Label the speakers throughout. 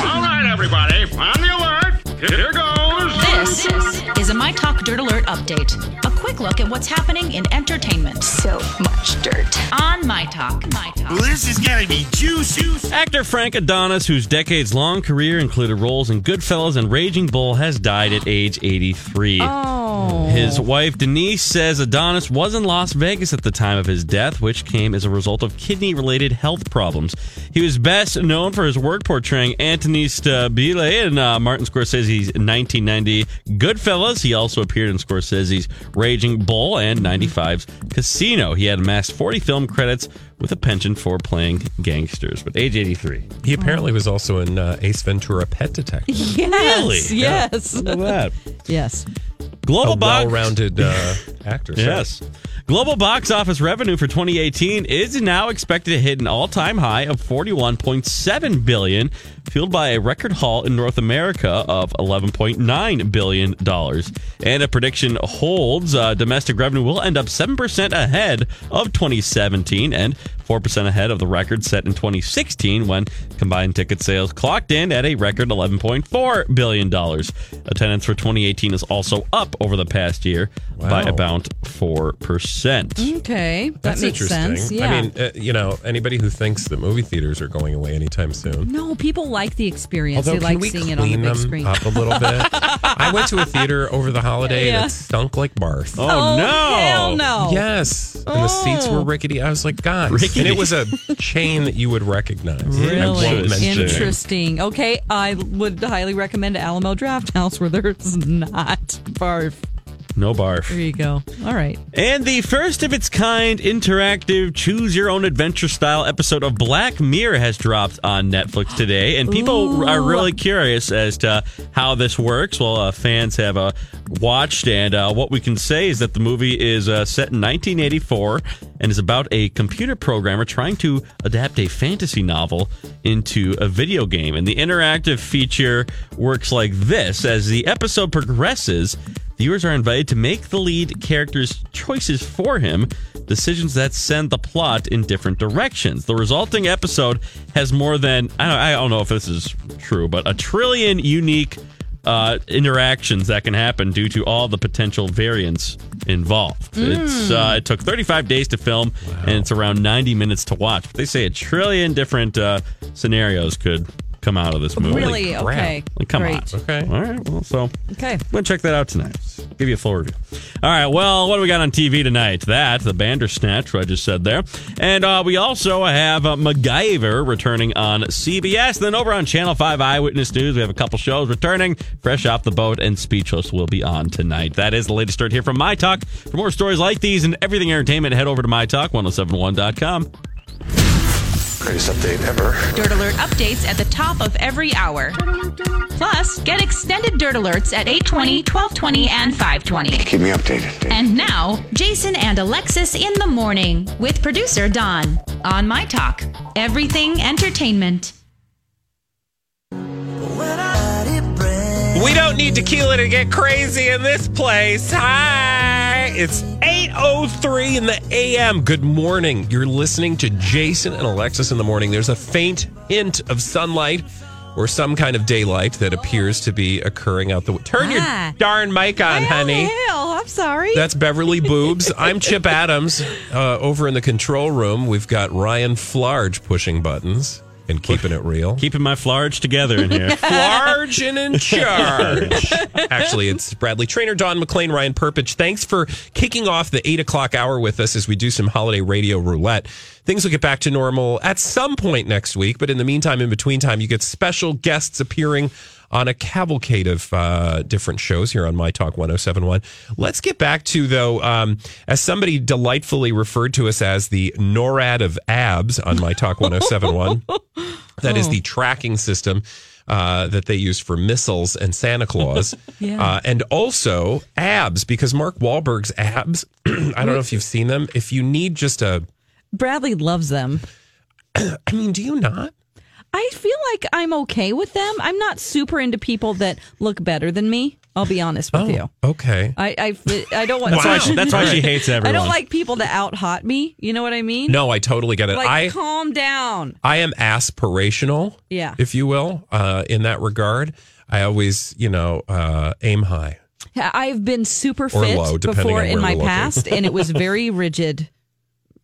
Speaker 1: All right, everybody, on the alert. Here goes.
Speaker 2: This is a My Talk Dirt Alert update. A quick look at what's happening in entertainment. So much dirt. On My Talk. My Talk.
Speaker 1: This is gonna be juice.
Speaker 3: Actor Frank Adonis, whose decades long career included roles in Goodfellas and Raging Bull, has died at age 83. His wife Denise says Adonis was in Las Vegas at the time of his death, which came as a result of kidney related health problems. He was best known for his work portraying Anthony Stabile in uh, Martin Scorsese's 1990 Goodfellas. He also appeared in Scorsese's Raging Bull and 95's Casino. He had amassed 40 film credits with a penchant for playing gangsters. But age 83.
Speaker 4: He apparently was also in uh, Ace Ventura: Pet Detective.
Speaker 3: Yes, really?
Speaker 5: Yes.
Speaker 3: Look at that.
Speaker 5: Yes.
Speaker 3: Global
Speaker 5: Oh,
Speaker 4: A
Speaker 3: box.
Speaker 4: well-rounded uh, actor. so.
Speaker 3: Yes. Global box office revenue for 2018 is now expected to hit an all-time high of 41.7 billion, fueled by a record haul in North America of 11.9 billion dollars. And a prediction holds: uh, domestic revenue will end up seven percent ahead of 2017 and four percent ahead of the record set in 2016, when combined ticket sales clocked in at a record 11.4 billion dollars. Attendance for 2018 is also up over the past year by
Speaker 4: Wow.
Speaker 3: about four percent.
Speaker 5: Mm. Okay. That
Speaker 4: That's
Speaker 5: makes
Speaker 4: interesting.
Speaker 5: sense. Yeah.
Speaker 4: I mean, uh, you know, anybody who thinks that movie theaters are going away anytime soon.
Speaker 5: no, people like the experience.
Speaker 4: Although,
Speaker 5: they like
Speaker 4: can we
Speaker 5: seeing
Speaker 4: clean
Speaker 5: it on the
Speaker 4: them
Speaker 5: big screen.
Speaker 4: up a little bit? I went to a theater over the holiday
Speaker 5: Yeah.
Speaker 4: and it stunk like barf.
Speaker 3: Oh,
Speaker 5: Oh,
Speaker 3: no!
Speaker 5: hell no.
Speaker 4: Yes, and the seats were rickety. I was like, God,
Speaker 3: Rickety.
Speaker 4: and it was a chain that you would recognize. I won't
Speaker 3: Really?
Speaker 4: mention it.
Speaker 5: Interesting. Okay. I would highly recommend Alamo Draft House where there's not barf.
Speaker 3: No barf.
Speaker 5: There you go. All right.
Speaker 3: And the first of its kind interactive choose your own adventure style episode of Black Mirror has dropped on Netflix today. And people are really curious as to how this works. Well, uh, fans have uh, watched, and uh, what we can say is that the movie is uh, set in 1984 and is about a computer programmer trying to adapt a fantasy novel into a video game. And the interactive feature works like this as the episode progresses. Viewers are invited to make the lead character's choices for him, decisions that send the plot in different directions. The resulting episode has more than, I don't, I don't know if this is true, but a trillion unique uh, interactions that can happen due to all the potential variants involved. It's, uh, it took 35 days to film, and it's around 90 minutes to watch. But they say a trillion different uh, scenarios could come out of this movie.
Speaker 5: really?
Speaker 4: crap.
Speaker 5: Okay.
Speaker 3: Like, come
Speaker 5: Great.
Speaker 3: on.
Speaker 4: Okay.
Speaker 3: All right. Well, so
Speaker 5: Okay.
Speaker 3: I'm gonna check that out tonight. Give you a full review. All right. Well, what do we got on TV tonight? That the Bandersnatch, what I just said there, and uh, we also have uh, MacGyver returning on CBS. Then over on Channel Five Eyewitness News, we have a couple shows returning. Fresh off the boat and Speechless will be on tonight. That is the latest start here from My Talk. For more stories like these and everything entertainment, head over to mytalk1071.com.
Speaker 6: Greatest update ever.
Speaker 2: Dirt Alert updates at the top of every hour. Plus, get extended Dirt Alerts at 820, 1220, and 520.
Speaker 6: Keep me updated. Dave.
Speaker 2: And now, Jason and Alexis in the morning with producer Don on My Talk. Everything Entertainment.
Speaker 4: We don't need tequila to get crazy in this place. Hi. It's 8:03 in the AM. Good morning. You're listening to Jason and Alexis in the morning. There's a faint hint of sunlight or some kind of daylight that appears to be occurring out the w- Turn
Speaker 5: Ah.
Speaker 4: your darn mic on, honey.
Speaker 5: Hell, I'm sorry.
Speaker 4: That's Beverly Boobs. I'm Chip Adams. Uh, over in the control room, we've got Ryan Flarge pushing buttons. and keeping it real.
Speaker 3: Keeping my flarge together in here.
Speaker 4: large and in charge. Actually, it's Bradley Trainer, Don McLean, Ryan Perpich. Thanks for kicking off the eight o'clock hour with us as we do some holiday radio roulette. Things will get back to normal at some point next week, but in the meantime, in between time, you get special guests appearing on a cavalcade of uh, different shows here on My Talk 1071. Let's get back to, though, um, as somebody delightfully referred to us as the NORAD of abs on My Talk 1071. That
Speaker 5: Oh.
Speaker 4: is the tracking system uh, that they use for missiles and Santa Claus.
Speaker 5: Yeah.
Speaker 4: uh, and also abs, because Mark Wahlberg's abs, I don't know if you've seen them. If you need just a,
Speaker 5: Bradley loves them.
Speaker 4: I mean, do you not?
Speaker 5: I feel like I'm okay with them. I'm not super into people that look better than me. I'll be honest with you.
Speaker 4: Oh, Okay.
Speaker 5: I, I, I don't want.
Speaker 3: Oh. That's, why she, that's why she hates everyone.
Speaker 5: I don't like people to out hot me. You know what I mean?
Speaker 4: No, I totally get it.
Speaker 5: Like,
Speaker 4: I
Speaker 5: calm down.
Speaker 4: I am aspirational,
Speaker 5: Yeah.
Speaker 4: if you will, uh, in that regard. I always, you know, uh, aim high.
Speaker 5: I've been super
Speaker 4: Or
Speaker 5: fit
Speaker 4: low, depending
Speaker 5: before
Speaker 4: on where
Speaker 5: in my
Speaker 4: we're looking.
Speaker 5: past, and it was very rigid.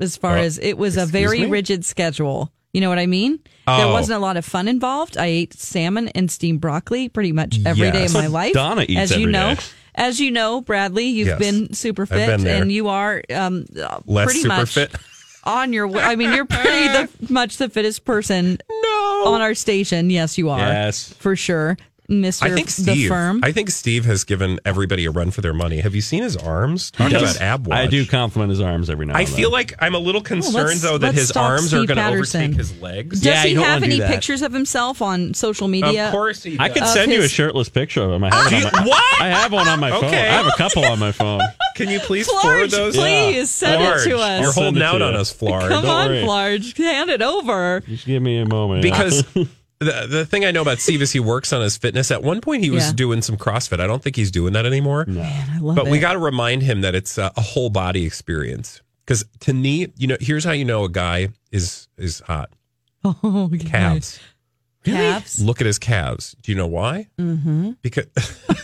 Speaker 5: As far
Speaker 4: Uh,
Speaker 5: as it was a
Speaker 4: excuse
Speaker 5: very
Speaker 4: me?
Speaker 5: rigid schedule. You know what I mean? There
Speaker 4: Oh.
Speaker 5: wasn't a lot of fun involved. I ate salmon and steamed broccoli pretty much every day
Speaker 4: Yes.
Speaker 5: of my life.
Speaker 3: Donna eats
Speaker 5: as you
Speaker 3: every
Speaker 5: know.
Speaker 3: day.
Speaker 5: As you know, Bradley, you've
Speaker 4: Yes.
Speaker 5: been super fit,
Speaker 4: been there.
Speaker 5: and you are um, uh,
Speaker 4: Less
Speaker 5: pretty
Speaker 4: super
Speaker 5: much
Speaker 4: fit.
Speaker 5: on your way. I mean, you're pretty the, much the fittest person on our station. Yes, you are.
Speaker 3: Yes.
Speaker 5: for sure, Mister
Speaker 4: I think
Speaker 5: the
Speaker 4: Steve.
Speaker 5: firm.
Speaker 4: I think Steve has given everybody a run for their money. Have you seen his arms? Talk about ab watch.
Speaker 3: I do compliment his arms every now
Speaker 4: I
Speaker 3: and then.
Speaker 4: feel like I'm a little concerned
Speaker 5: let's-
Speaker 4: though that
Speaker 5: let's
Speaker 4: his
Speaker 5: stop
Speaker 4: arms are
Speaker 5: Steve
Speaker 4: going to
Speaker 5: Patterson.
Speaker 4: overtake his legs.
Speaker 5: Does
Speaker 3: Yeah,
Speaker 5: he
Speaker 3: you don't
Speaker 5: have
Speaker 3: wanna do
Speaker 5: any
Speaker 3: that.
Speaker 5: pictures of himself on social media?
Speaker 4: Of course he. Does.
Speaker 3: I could
Speaker 5: Of
Speaker 3: send you a
Speaker 5: his-
Speaker 3: shirtless picture of him. I have,
Speaker 4: Do
Speaker 3: it
Speaker 4: you-
Speaker 3: on my,
Speaker 4: what?
Speaker 3: I have one on my phone.
Speaker 4: Okay.
Speaker 3: I have a couple on my phone.
Speaker 4: Can you please forward
Speaker 5: Flarge,
Speaker 4: those?
Speaker 5: please send it to
Speaker 4: Flarge,
Speaker 5: us.
Speaker 4: You're holding
Speaker 3: Send it to
Speaker 4: out on
Speaker 3: us.
Speaker 4: us, Florida.
Speaker 5: Come on,
Speaker 3: worry.
Speaker 5: Flarge, hand it over.
Speaker 3: Just give me a moment.
Speaker 4: because the the thing I know about Steve is he works on his fitness. At one point, he was
Speaker 5: Yeah.
Speaker 4: doing some CrossFit. I don't think he's doing that anymore.
Speaker 5: I love
Speaker 4: But
Speaker 5: it.
Speaker 4: we got to remind him that it's uh, a whole body experience. Because to me, you know, here's how you know a guy is is hot.
Speaker 5: oh, yeah.
Speaker 4: Calves.
Speaker 5: Calves.
Speaker 4: Look at his calves. Do you know why? Mm-hmm. Because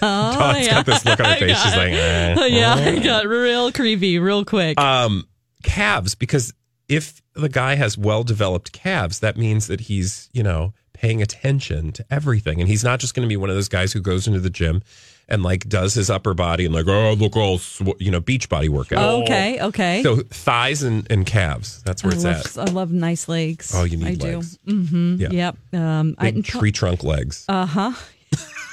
Speaker 5: Oh,
Speaker 4: Dawn's
Speaker 5: yeah.
Speaker 4: got this look on her face. She's like, eh.
Speaker 5: Oh, yeah, it got real creepy real quick.
Speaker 4: um, calves because if the guy has well developed calves, that means that he's, you know, paying attention to everything. And he's not just going to be one of those guys who goes into the gym and like does his upper body and like, oh, look all, sw-, you know, beach body workout.
Speaker 5: Oh, okay, okay.
Speaker 4: So thighs and, and calves. That's where
Speaker 5: I
Speaker 4: it's
Speaker 5: love,
Speaker 4: at.
Speaker 5: I love nice legs.
Speaker 4: Oh, you need
Speaker 5: I
Speaker 4: legs.
Speaker 5: do. Mm-hmm.
Speaker 4: Yeah.
Speaker 5: Yep. Um, I,
Speaker 4: Big tree trunk legs.
Speaker 5: uh huh.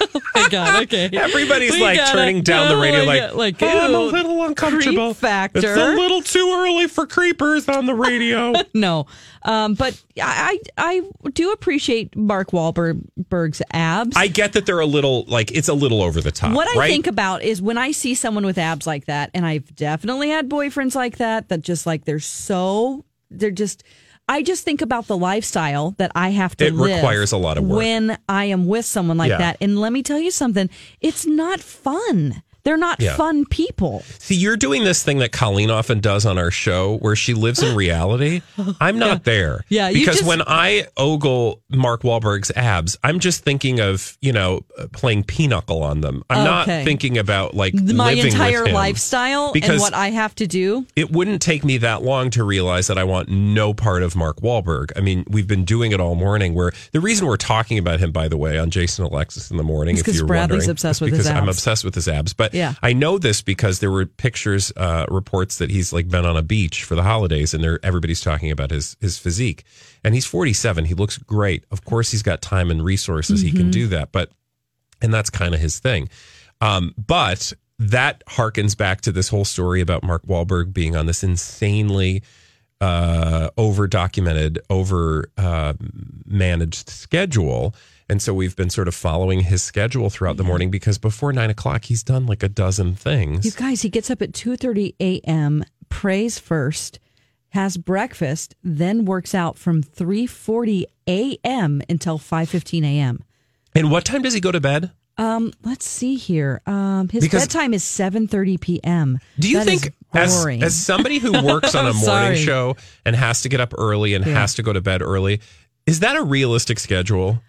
Speaker 5: oh my god. Okay.
Speaker 4: Everybody's
Speaker 5: We
Speaker 4: like
Speaker 5: gotta
Speaker 4: turning down the
Speaker 5: go
Speaker 4: radio,
Speaker 5: and
Speaker 4: like,
Speaker 5: get, like,
Speaker 4: "Oh, I'm a
Speaker 5: ew,
Speaker 4: little uncomfortable.
Speaker 5: factor."
Speaker 4: It's a little too early for creepers on the radio.
Speaker 5: No, um, but I, I I do appreciate Mark Wahlberg's abs.
Speaker 4: I get that they're a little like it's a little over the top.
Speaker 5: What I
Speaker 4: Uh, right?
Speaker 5: think about is when I see someone with abs like that, and I've definitely had boyfriends like that, that just like they're so, they're just, I just think about the lifestyle that I have to
Speaker 4: It
Speaker 5: live.
Speaker 4: requires a lot of work.
Speaker 5: When I am with someone like
Speaker 4: Yeah.
Speaker 5: that. And let me tell you something, it's not fun. They're not
Speaker 4: Yeah.
Speaker 5: fun people.
Speaker 4: See, you're doing this thing that Colleen often does on our show where she lives in reality. I'm not there.
Speaker 5: Yeah, you
Speaker 4: Because
Speaker 5: just-
Speaker 4: when I ogle Mark Wahlberg's abs, I'm just thinking of, you know, playing pinochle on them. I'm
Speaker 5: Okay.
Speaker 4: not thinking about like
Speaker 5: My
Speaker 4: living with
Speaker 5: entire
Speaker 4: him.
Speaker 5: lifestyle and
Speaker 4: Because-
Speaker 5: what I have to do.
Speaker 4: It wouldn't take me that long to realize that I want no part of Mark Wahlberg. I mean, we've been doing it all morning. Where the reason we're talking about him, by the way, on Jason Alexis in the morning,
Speaker 5: It's
Speaker 4: if
Speaker 5: 'cause
Speaker 4: you're
Speaker 5: Bradley's
Speaker 4: wondering,
Speaker 5: obsessed
Speaker 4: is
Speaker 5: with his
Speaker 4: because I'm
Speaker 5: abs.
Speaker 4: obsessed with his abs. But
Speaker 5: Yeah.
Speaker 4: I know this because there were pictures, uh, reports that he's like been on a beach for the holidays, and there everybody's talking about his his physique. And he's 47. He looks great. Of course, he's got time and resources. He
Speaker 5: Mm-hmm.
Speaker 4: can do that. But and that's kind of his thing. Um, but that harkens back to this whole story about Mark Wahlberg being on this insanely uh, over documented, over uh, managed schedule. And so we've been sort of following his schedule throughout the morning because before nine o'clock, he's done like a dozen things.
Speaker 5: You guys, he gets up at 2:30 a.m., prays first, has breakfast, then works out from 3:40 a.m. until 5:15 a.m.
Speaker 4: and what time does he go to bed?
Speaker 5: Um, let's see here. Um, his
Speaker 4: Because-
Speaker 5: bedtime is 7:30 p.m.
Speaker 4: Do you
Speaker 5: That is
Speaker 4: think, as,
Speaker 5: boring?
Speaker 4: as somebody who works on a morning
Speaker 5: Sorry.
Speaker 4: show and has to get up early and has to go to bed early, is that a realistic schedule?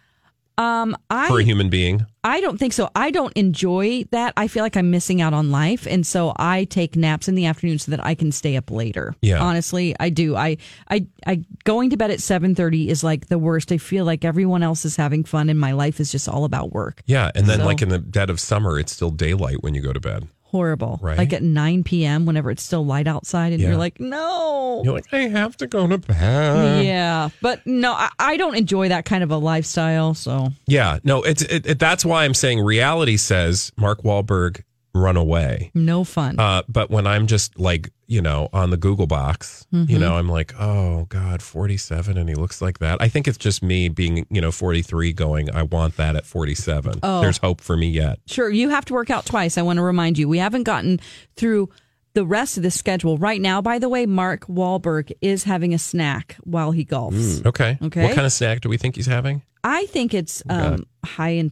Speaker 5: Um, I
Speaker 4: for a human being.
Speaker 5: I don't think so. I don't enjoy that. I feel like I'm missing out on life, and so I take naps in the afternoon so that I can stay up later.
Speaker 4: Yeah.
Speaker 5: honestly, I do. I I I going to bed at seven thirty is like the worst. I feel like everyone else is having fun, and my life is just all about work.
Speaker 4: Yeah, and then
Speaker 5: So-
Speaker 4: like in the dead of summer, it's still daylight when you go to bed.
Speaker 5: Horrible.
Speaker 4: Right.
Speaker 5: Like at nine p.m. whenever it's still light outside, and
Speaker 4: Yeah.
Speaker 5: you're like, no.
Speaker 4: You're like, I have to go to bed.
Speaker 5: yeah, but no, I, I don't enjoy that kind of a lifestyle. So
Speaker 4: Yeah, no, it's it, it, that's why I'm saying reality says Mark Wahlberg run away.
Speaker 5: no fun.
Speaker 4: Uh, but when I'm just like you know on the Google box,
Speaker 5: Mm-hmm.
Speaker 4: you know, I'm like, oh God, 47, and he looks like that. I think it's just me being you know 43, going, I want that at 47.
Speaker 5: Oh.
Speaker 4: There's hope for me yet.
Speaker 5: Sure, you have to work out twice. I want to remind you, we haven't gotten through the rest of the schedule. Right now, by the way, Mark Wahlberg is having a snack while he golfs.
Speaker 4: Okay.
Speaker 5: Okay.
Speaker 4: What kind of snack do we think he's having?
Speaker 5: I think it's um, high in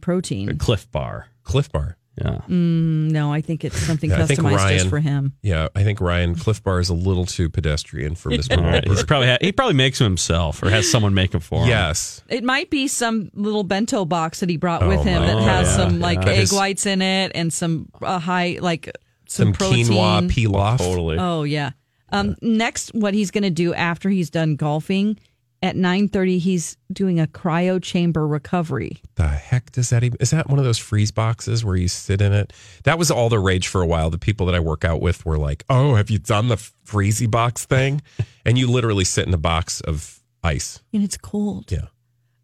Speaker 5: protein.
Speaker 3: Cliff Bar.
Speaker 4: Cliff Bar.
Speaker 3: Yeah.
Speaker 5: No, I think it's something
Speaker 4: Yeah, I think
Speaker 5: customized
Speaker 4: Ryan-
Speaker 5: just for him.
Speaker 4: Yeah, I think Ryan Cliff Bar is a little too pedestrian for Mr.
Speaker 3: All right. He's
Speaker 4: Wahlberg.
Speaker 3: probably ha- he probably makes them himself or has someone make them for him.
Speaker 4: Yes.
Speaker 5: It might be some little bento box that he brought with
Speaker 4: Oh,
Speaker 5: him that
Speaker 4: my
Speaker 5: has
Speaker 3: God.
Speaker 5: some like
Speaker 4: That
Speaker 5: egg
Speaker 4: is-
Speaker 5: whites in it and some uh, high like
Speaker 4: Some
Speaker 5: some, protein.
Speaker 4: quinoa pilaf.
Speaker 3: Totally.
Speaker 5: Oh yeah. Um, Next, what he's going to do after he's done golfing at nine thirty, he's doing a cryo chamber recovery.
Speaker 4: the heck does that even is that one of those freeze boxes where you sit in it that was all the rage for a while the people that i work out with were like oh have you done the freezy box thing and you literally sit in a box of ice
Speaker 5: And it's cold.
Speaker 4: Yeah.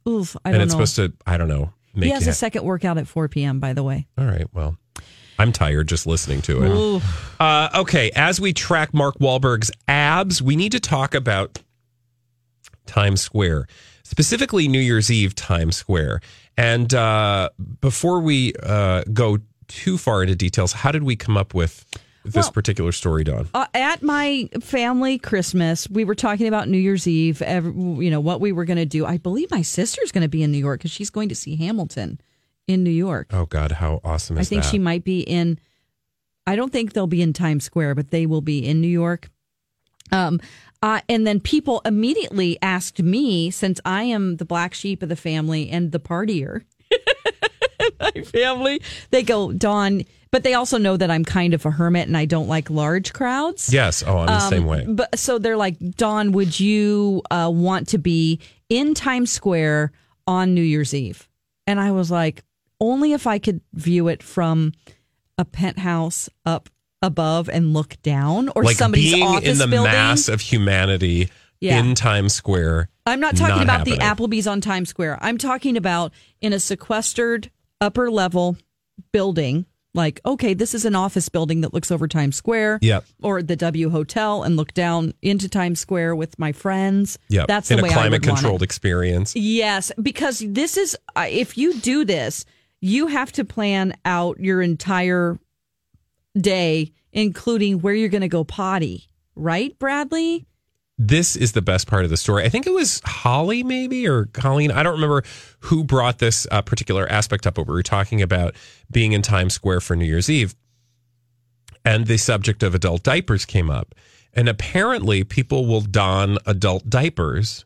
Speaker 5: Oof. I
Speaker 4: and
Speaker 5: don't
Speaker 4: it's
Speaker 5: know.
Speaker 4: supposed to i don't know make
Speaker 5: he has
Speaker 4: you
Speaker 5: a second workout at four p.m. By the way.
Speaker 4: all right well i'm tired just listening to it uh, okay as we track mark Wahlberg's abs we need to talk about Times Square, specifically New Year's Eve Times Square. And uh, before we uh, go too far into details, how did we come up with this
Speaker 5: Well-
Speaker 4: particular story, Dawn?
Speaker 5: uh, at my family Christmas, we were talking about New Year's Eve. Every, you know what we were going to do. I believe my sister's going to be in New York because she's going to see Hamilton in New York.
Speaker 4: Oh God, how awesome
Speaker 5: I
Speaker 4: is
Speaker 5: think
Speaker 4: that?
Speaker 5: she might be in. I don't think they'll be in Times Square, but they will be in New York. Um, uh, and then people immediately asked me, since I am the black sheep of the family and the partier, my family, they go, Dawn, but they also know that I'm kind of a hermit and I don't like large crowds.
Speaker 4: yes. Oh, I'm
Speaker 5: Um,
Speaker 4: the same way.
Speaker 5: But so they're like, Dawn, would you uh, want to be in Times Square on New Year's Eve? And I was like, only if I could view it from a penthouse up above and look down, or
Speaker 4: Like
Speaker 5: somebody's
Speaker 4: being
Speaker 5: office
Speaker 4: in the
Speaker 5: building.
Speaker 4: mass of humanity
Speaker 5: Yeah.
Speaker 4: in Times Square.
Speaker 5: I'm not talking about
Speaker 4: happening.
Speaker 5: the Applebee's on Times Square. I'm talking about in a sequestered upper level building. Like, okay, this is an office building that looks over Times Square.
Speaker 4: Yep.
Speaker 5: Or the W Hotel and look down into Times Square with my friends.
Speaker 4: Yeah,
Speaker 5: That's
Speaker 4: in
Speaker 5: the way
Speaker 4: a
Speaker 5: I would
Speaker 4: climate
Speaker 5: want it.
Speaker 4: controlled experience.
Speaker 5: Yes, because this is I- if you do this, you have to plan out your entire day, including where you're going to go potty. Right, Bradley?
Speaker 4: this is the best part of the story. I think it was Holly, maybe, or Colleen. I don't remember who brought this uh, particular aspect up, but we were talking about being in Times Square for New Year's Eve. And the subject of adult diapers came up. And apparently, people will don adult diapers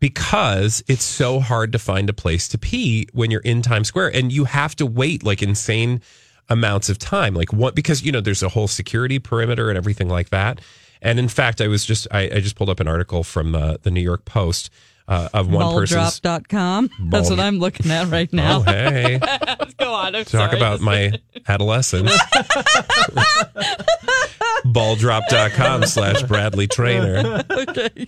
Speaker 4: because it's so hard to find a place to pee when you're in Times Square and you have to wait like insane amounts of time. Like what because you know there's a whole security perimeter and everything like that. And in fact, I was just I, I just pulled up an article from uh, the New York Post uh, of one person's
Speaker 5: Balldrop.com. That's
Speaker 4: Bald-
Speaker 5: what I'm looking at right
Speaker 4: Oh
Speaker 5: now.
Speaker 4: hey.
Speaker 5: Go on. I'm
Speaker 4: Talk
Speaker 5: sorry.
Speaker 4: about my adolescence. Balldrop.com slash Bradley Trainer.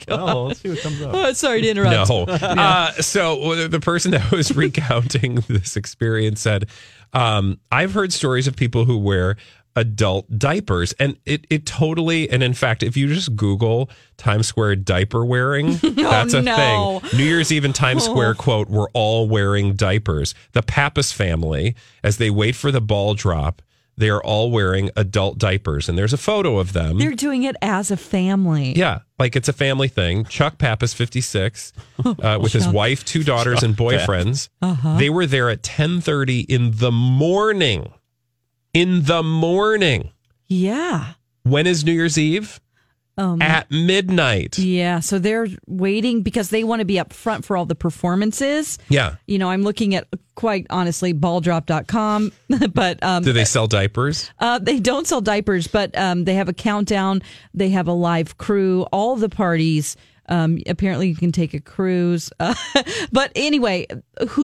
Speaker 7: Oh, let's see what comes up.
Speaker 5: Oh, sorry to interrupt.
Speaker 4: No. Uh, so the person that was recounting this experience said, um, I've heard stories of people who wear adult diapers and it, it totally and in fact if you just google times square diaper wearing that's a
Speaker 5: Oh, no. Oh.
Speaker 4: thing new year's eve in times square quote we're all wearing diapers the pappas family as they wait for the ball drop they are all wearing adult diapers and there's a photo of them
Speaker 5: They're doing it as a family.
Speaker 4: yeah, like it's a family thing. Chuck Pappas, 56, uh, with his wife, two daughters, and boyfriends.
Speaker 5: Uh-huh.
Speaker 4: They were there at 1030 in the morning. In the morning.
Speaker 5: Yeah.
Speaker 4: When is New Year's Eve?
Speaker 5: Um,
Speaker 4: at midnight.
Speaker 5: yeah, so they're waiting because they want to be up front for all the performances.
Speaker 4: Yeah.
Speaker 5: You know, I'm looking at quite honestly balldrop.com, but um,
Speaker 4: Do they sell diapers?
Speaker 5: Uh, they don't sell diapers, but um, they have a countdown. They have a live crew. All the parties. Um, apparently, you can take a cruise. Uh, but anyway,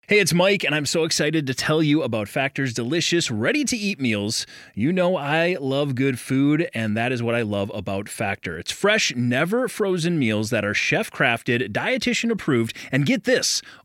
Speaker 8: Hey, it's Mike, and I'm so excited to tell you about Factor's delicious, ready to eat meals. You know, I love good food, and that is what I love about Factor. It's fresh, never frozen meals that are chef crafted, dietitian approved, and get this.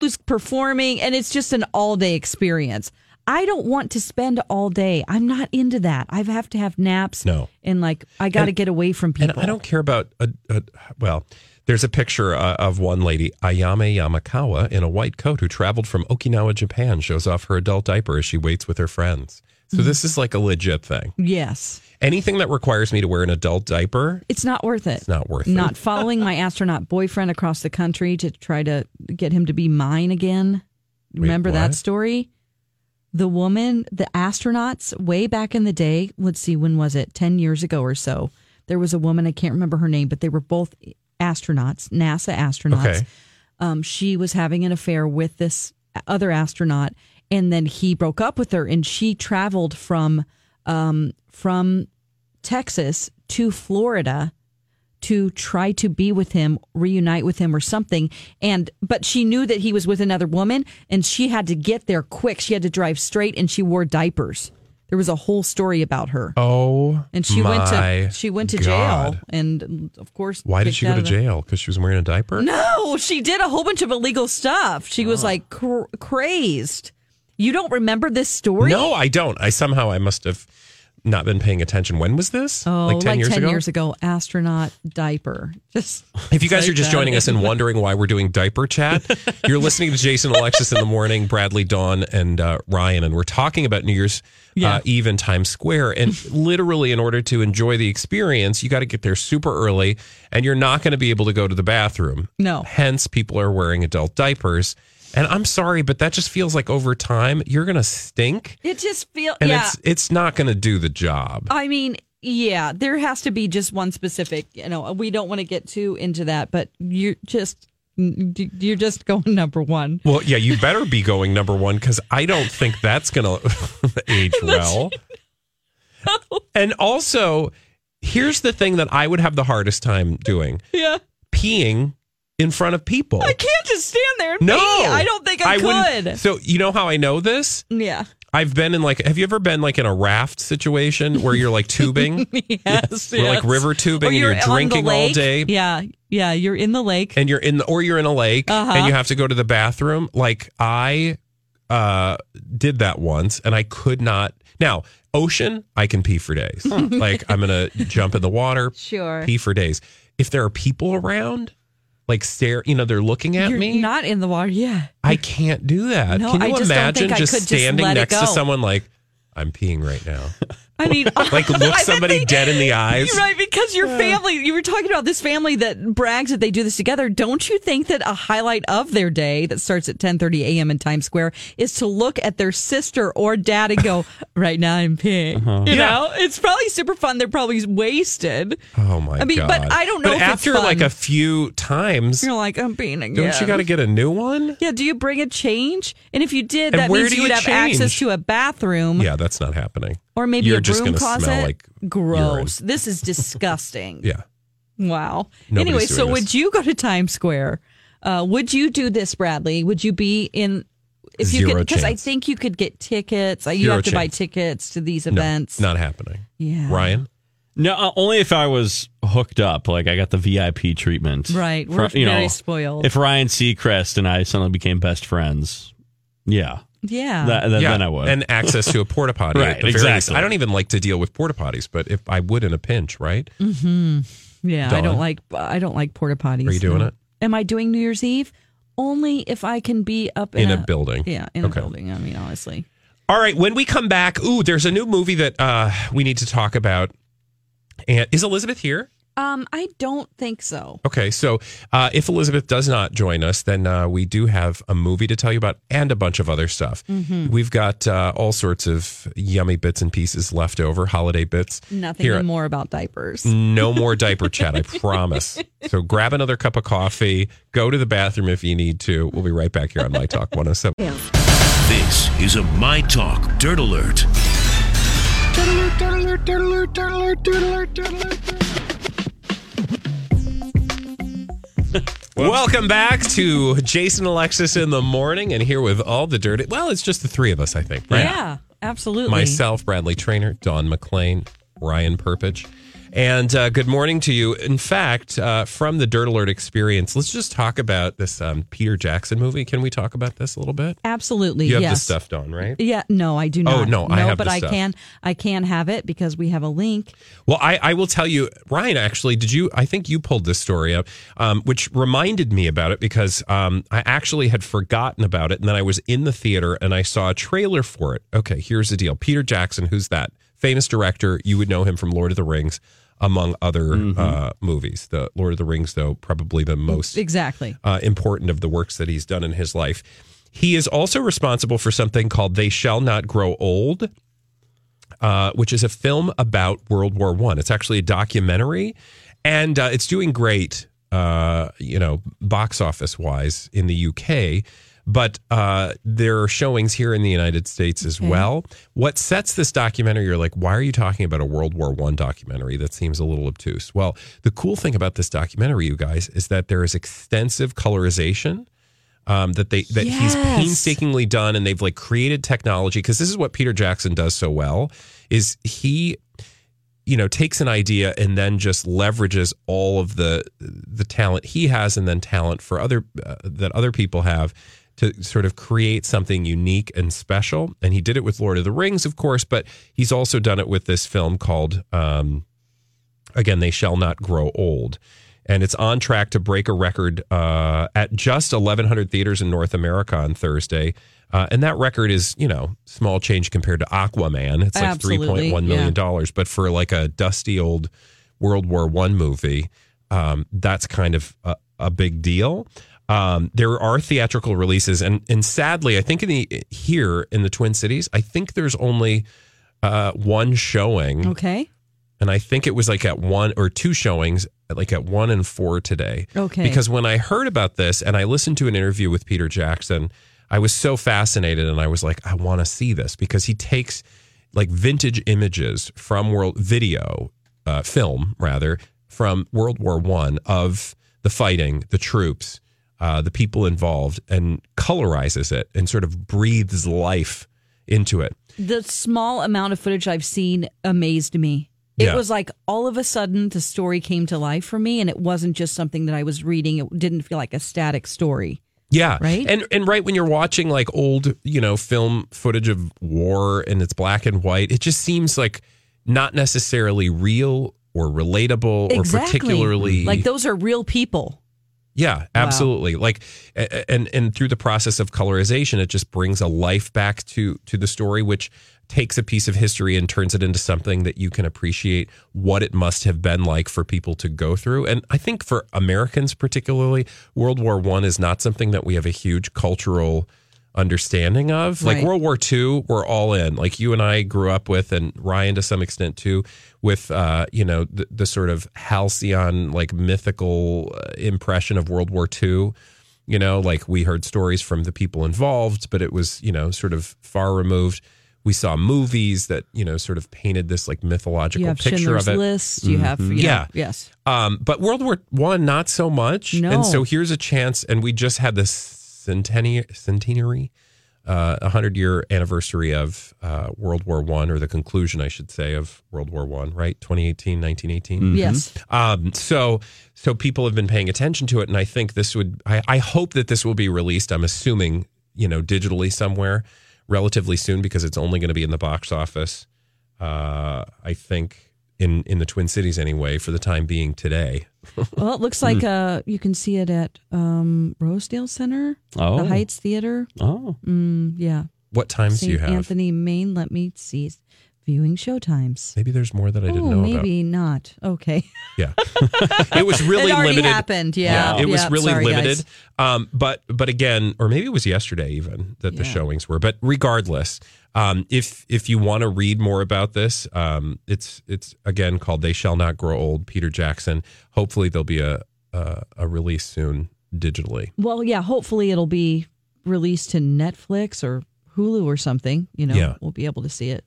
Speaker 5: who's performing, and it's just an all day experience. I don't want to spend all day. I'm not into that. I have to have naps.
Speaker 4: No.
Speaker 5: And like, I got to
Speaker 4: And-
Speaker 5: get away from people.
Speaker 4: And I don't care about a, a well. There's a picture uh, of one lady, Ayame Yamakawa, in a white coat, who traveled from Okinawa, Japan, shows off her adult diaper as she waits with her friends. So
Speaker 5: Mm-hmm.
Speaker 4: this is like a legit thing.
Speaker 5: Yes.
Speaker 4: Anything that requires me to wear an adult diaper,
Speaker 5: It's not worth it.
Speaker 4: it's not worth it.
Speaker 5: Not following my astronaut boyfriend across the country to try to get him to be mine again. Remember
Speaker 4: what?
Speaker 5: that story? The woman, the astronauts, way back in the day, let's see, when was it? 10 years ago or so, there was a woman, I can't remember her name, but they were both astronauts, NASA astronauts.
Speaker 4: Okay.
Speaker 5: Um, she was having an affair with this other astronaut, and then he broke up with her, and she traveled from um, from Texas to Florida to try to be with him, reunite with him or something. And but she knew that he was with another woman and she had to get there quick. She had to drive straight and she wore diapers. There was a whole story about her.
Speaker 4: Oh,
Speaker 5: And she went to
Speaker 4: my
Speaker 5: she went to
Speaker 4: God.
Speaker 5: jail and of course
Speaker 4: Why did
Speaker 5: kicked
Speaker 4: she go
Speaker 5: out
Speaker 4: to
Speaker 5: of the-
Speaker 4: jail? Because she was wearing a diaper.
Speaker 5: No, she did a whole bunch of illegal stuff. She
Speaker 4: Ah.
Speaker 5: was like cr- crazed. You don't remember this story?
Speaker 4: No, I don't. I somehow I must have not been paying attention. When was this?
Speaker 5: Oh,
Speaker 4: like ten, years, ago?
Speaker 5: years ago, astronaut diaper. Just
Speaker 4: If you guys are
Speaker 5: like
Speaker 4: just
Speaker 5: that.
Speaker 4: joining us and wondering why we're doing diaper chat, you're listening to Jason, Alexis in the morning, Bradley, Dawn, and uh, Ryan, and we're talking about New Year's
Speaker 5: Yeah.
Speaker 4: uh, Eve in Times Square. And literally, in order to enjoy the experience, you got to get there super early, and you're not going to be able to go to the bathroom.
Speaker 5: No.
Speaker 4: Hence, people are wearing adult diapers. And I'm sorry, but that just feels like over time you're going to stink,
Speaker 5: It just feels
Speaker 4: and
Speaker 5: yeah.
Speaker 4: it's it's not going to do the job.
Speaker 5: I mean, yeah, there has to be just one specific. You know, we don't want to get too into that, but you're just you're just going number one.
Speaker 4: Well, yeah, you better be going number one because I don't think that's going to age well. And also, here's the thing that I would have the hardest time doing
Speaker 5: Yeah,
Speaker 4: peeing in front of people.
Speaker 5: I can't just stand there. And
Speaker 4: No,
Speaker 5: pee. I don't think I,
Speaker 4: wouldn't-
Speaker 5: could.
Speaker 4: So, you know how I know this?
Speaker 5: Yeah,
Speaker 4: I've been in like, have you ever been like in a raft situation where you're like tubing?
Speaker 5: yes,
Speaker 4: Or, like
Speaker 5: yes. Oh,
Speaker 4: river tubing
Speaker 5: Or
Speaker 4: and you're
Speaker 5: on the
Speaker 4: drinking all
Speaker 5: lake.
Speaker 4: day.
Speaker 5: Yeah, yeah, you're in the lake.
Speaker 4: and you're in the, or you're in a lake
Speaker 5: Uh-huh.
Speaker 4: and you have to go to the bathroom like i uh did that once and i could not now ocean i can pee for days like i'm gonna jump in the water
Speaker 5: Hmm. Sure.
Speaker 4: pee for days if there are people around like stare you know they're looking at
Speaker 5: You're
Speaker 4: me
Speaker 5: not in the water. Yeah,
Speaker 4: i can't do that
Speaker 5: No,
Speaker 4: can
Speaker 5: I
Speaker 4: you
Speaker 5: just don't
Speaker 4: imagine
Speaker 5: think I
Speaker 4: just
Speaker 5: could just
Speaker 4: standing
Speaker 5: let it
Speaker 4: next to
Speaker 5: go.
Speaker 4: someone like i'm peeing right now
Speaker 5: I mean,
Speaker 4: like
Speaker 5: I
Speaker 4: look
Speaker 5: bet
Speaker 4: somebody
Speaker 5: they-
Speaker 4: dead in the eyes.
Speaker 5: You're Right, because your
Speaker 4: Yeah.
Speaker 5: family, you were talking about this family that brags that they do this together. Don't you think that a highlight of their day that starts at 10:30 a.m. in Times Square is to look at their sister or dad and go, "Right now I'm pink."
Speaker 4: Uh-huh.
Speaker 5: You
Speaker 4: Yeah.
Speaker 5: know, it's probably super fun. They're probably wasted.
Speaker 4: Oh my
Speaker 5: I mean,
Speaker 4: god!
Speaker 5: but I don't know
Speaker 4: But
Speaker 5: if it's
Speaker 4: after
Speaker 5: fun.
Speaker 4: like a few times,
Speaker 5: You're like, I'm being again.
Speaker 4: don't you got to get a new one?
Speaker 5: Yeah, do you bring a change? And if you did,
Speaker 4: And
Speaker 5: that
Speaker 4: where
Speaker 5: means
Speaker 4: do
Speaker 5: you would
Speaker 4: you
Speaker 5: have access
Speaker 4: change?
Speaker 5: to a bathroom
Speaker 4: Yeah, that's not happening.
Speaker 5: or maybe
Speaker 4: You're
Speaker 5: a
Speaker 4: just
Speaker 5: broom
Speaker 4: gonna
Speaker 5: closet.
Speaker 4: Smell like
Speaker 5: Gross. This is disgusting.
Speaker 4: yeah.
Speaker 5: Wow.
Speaker 4: Nobody's
Speaker 5: anyway,
Speaker 4: doing
Speaker 5: so
Speaker 4: this.
Speaker 5: would you go to Times Square? Uh, would you do this, Bradley? Would you be in? If you
Speaker 4: Zero
Speaker 5: could, because I
Speaker 4: chance.
Speaker 5: think you could get tickets. You
Speaker 4: Zero
Speaker 5: have to buy
Speaker 4: chance.
Speaker 5: tickets to these
Speaker 4: No,
Speaker 5: events.
Speaker 4: not happening.
Speaker 5: Yeah.
Speaker 4: Ryan.
Speaker 3: No, uh, only if I was hooked up. Like I got the VIP treatment.
Speaker 5: Right, we're very spoiled.
Speaker 3: If Ryan Seacrest and I suddenly became best friends, yeah,
Speaker 5: Yeah.
Speaker 3: That- that- then I would.
Speaker 4: And access to a porta potty.
Speaker 3: Right,
Speaker 4: at the very least.
Speaker 3: exactly.
Speaker 4: I don't even like to deal with porta potties, but if I would in a pinch, right?
Speaker 3: Mm-hmm.
Speaker 5: hmm Yeah, I don't
Speaker 4: Dawn?
Speaker 5: like I don't like porta potties.
Speaker 4: Are you doing
Speaker 5: no.
Speaker 4: it?
Speaker 5: Am I doing New Year's Eve? Only if I can be up
Speaker 4: In
Speaker 5: in,
Speaker 4: a building.
Speaker 5: Yeah, in
Speaker 4: Okay.
Speaker 5: a building. I mean, honestly.
Speaker 4: All right, when we come back, ooh, there's a new movie that uh, we need to talk about. And is Elizabeth here?
Speaker 5: Um, I don't think so.
Speaker 4: Okay, so uh, if Elizabeth does not join us, then uh, we do have a movie to tell you about and a bunch of other stuff.
Speaker 5: Mhm.
Speaker 4: We've got uh, all sorts of yummy bits and pieces left over, holiday bits.
Speaker 5: Nothing
Speaker 4: Here- Mm.
Speaker 5: more about diapers.
Speaker 4: No more diaper chat, I promise. So grab another cup of coffee, go to the bathroom if you need to. We'll be right back here on My Talk 107.
Speaker 9: This is a My Talk Dirt Alert.
Speaker 4: Welcome back to Jason Alexis in the morning, and here with all the dirt. Well, it's just the three of us, I think, right?
Speaker 5: Yeah, absolutely.
Speaker 4: Myself, Bradley Trainer, Don McLean, Ryan Perpich. And uh, good morning to you. In fact, uh, from the Dirt Alert experience, let's just talk about this um, Peter Jackson movie. Can we talk about this a little bit?
Speaker 5: Absolutely.
Speaker 4: You have
Speaker 5: yes.
Speaker 4: the stuff, Don, right?
Speaker 5: Yeah, no, I do not.
Speaker 4: Oh, no, I have
Speaker 5: but
Speaker 4: the
Speaker 5: I
Speaker 4: stuff.
Speaker 5: can I can have it because we have a link.
Speaker 4: Well, I, I will tell you, Ryan, actually, did you? I think you pulled this story up, um, which reminded me about it because um, I actually had forgotten about it. And then I was in the theater and I saw a trailer for it. Okay, here's the deal Peter Jackson, who's that famous director? You would know him from Lord of the Rings, among other uh, movies. The Lord of the Rings, though, probably the most
Speaker 5: Exactly.
Speaker 4: uh, important of the works that he's done in his life. He is also responsible for something called "They Shall Not Grow Old," uh, which is a film about World War One. It's actually a documentary, and uh, it's doing great, uh, you know, box office wise in the UK. But uh, there are showings here in the United States as well. What sets this documentary? You're like, why are you talking about a World War One documentary? That seems a little obtuse. Well, the cool thing about this documentary, you guys, is that there is extensive colorization um, that they that he's
Speaker 10: Yes.
Speaker 4: painstakingly done, and they've like created technology because this is what Peter Jackson does so well is he you know takes an idea and then just leverages all of the the talent he has and then talent for other uh, that other people have to sort of create something unique and special and he did it with lord of the rings of course but he's also done it with this film called um, again they shall not grow old and it's on track to break a record uh, at just 1100 theaters in north america on thursday uh, and that record is you know small change compared to aquaman it's like
Speaker 10: Absolutely,
Speaker 4: 3.1 million
Speaker 10: yeah.
Speaker 4: dollars but for like a dusty old world war one movie um, that's kind of a, a big deal um, there are theatrical releases and and sadly i think in the here in the twin cities i think there's only uh, one showing
Speaker 5: Okay.
Speaker 4: and I think it was like at one or two showings, like at one and four today.
Speaker 5: Okay.
Speaker 4: Because when I heard about this and I listened to an interview with Peter Jackson, I was so fascinated and I was like, I want to see this because he takes like vintage images from world video, uh, film rather, from World War One of the fighting, the troops, uh, the people involved, and colorizes it and sort of breathes life into it.
Speaker 5: The small amount of footage I've seen amazed me. It
Speaker 4: Yeah.
Speaker 5: was like all of a sudden the story came to life for me and it wasn't just something that I was reading. It didn't feel like a static story.
Speaker 4: Yeah.
Speaker 5: Right?
Speaker 4: And and right when you're watching like old, you know, film footage of war and it's black and white, it just seems like not necessarily real or relatable or particularly
Speaker 5: like those are real people.
Speaker 4: yeah, absolutely. Like a- a- and and through the process of colorization, it just brings a life back to to the story, which takes a piece of history and turns it into something that you can appreciate what it must have been like for people to go through. And I think for Americans particularly, World War One is not something that we have a huge cultural understanding of. Like
Speaker 10: Right.
Speaker 4: World War II, we're all in. Like you and I grew up with, and Ryan to some extent too, with uh, you know the, the sort of halcyon, like mythical uh, impression of World War II. You know, like we heard stories from the people involved, but it was you know sort of far removed. We saw movies that you know sort of painted this like mythological
Speaker 5: You have
Speaker 4: picture
Speaker 5: Schindler's
Speaker 4: of it.
Speaker 5: List. You have,
Speaker 4: Mhm.
Speaker 5: you know,
Speaker 4: yeah,
Speaker 5: yes.
Speaker 4: um, but World War One, not so much.
Speaker 5: No.
Speaker 4: And so here's a chance, and we just had this centenary, centenary, uh, a hundred year anniversary of uh, World War One, or the conclusion, I should say, of World War One. Right, 2018, 1918.
Speaker 10: Mhm. Yes.
Speaker 4: Um, so, so people have been paying attention to it, and I think this would. I, I hope that this will be released. I'm assuming you know digitally somewhere relatively soon because it's only going to be in the box office. Uh, I think in in the Twin Cities anyway for the time being today.
Speaker 5: Well, it looks
Speaker 4: Mm-hmm.
Speaker 5: like uh, you can see it at um, Rosedale Center,
Speaker 4: Oh.
Speaker 5: the Heights Theater.
Speaker 3: Oh.
Speaker 5: Mm, yeah.
Speaker 4: What times do
Speaker 5: St.
Speaker 4: you have?
Speaker 5: Anthony, Maine. Let me see. Viewing show times.
Speaker 4: Maybe there's more that I didn't
Speaker 5: oh,
Speaker 4: know
Speaker 5: maybe not. Okay.
Speaker 4: Yeah. about. It was really
Speaker 5: It already
Speaker 4: limited.
Speaker 5: happened. Yeah.
Speaker 4: it was
Speaker 5: Yep.
Speaker 4: really
Speaker 5: Sorry,
Speaker 4: limited.
Speaker 5: guys.
Speaker 4: Um, but but again, or maybe it was yesterday even that the
Speaker 5: Yeah.
Speaker 4: showings were. But regardless, um, if if you want to read more about this, um, it's it's again called "They Shall Not Grow Old." Peter Jackson. Hopefully, there'll be a a, a release soon digitally.
Speaker 5: Well, yeah. Hopefully, it'll be released to Netflix or Hulu or something. You know,
Speaker 4: Yeah.
Speaker 5: we'll be able to see it.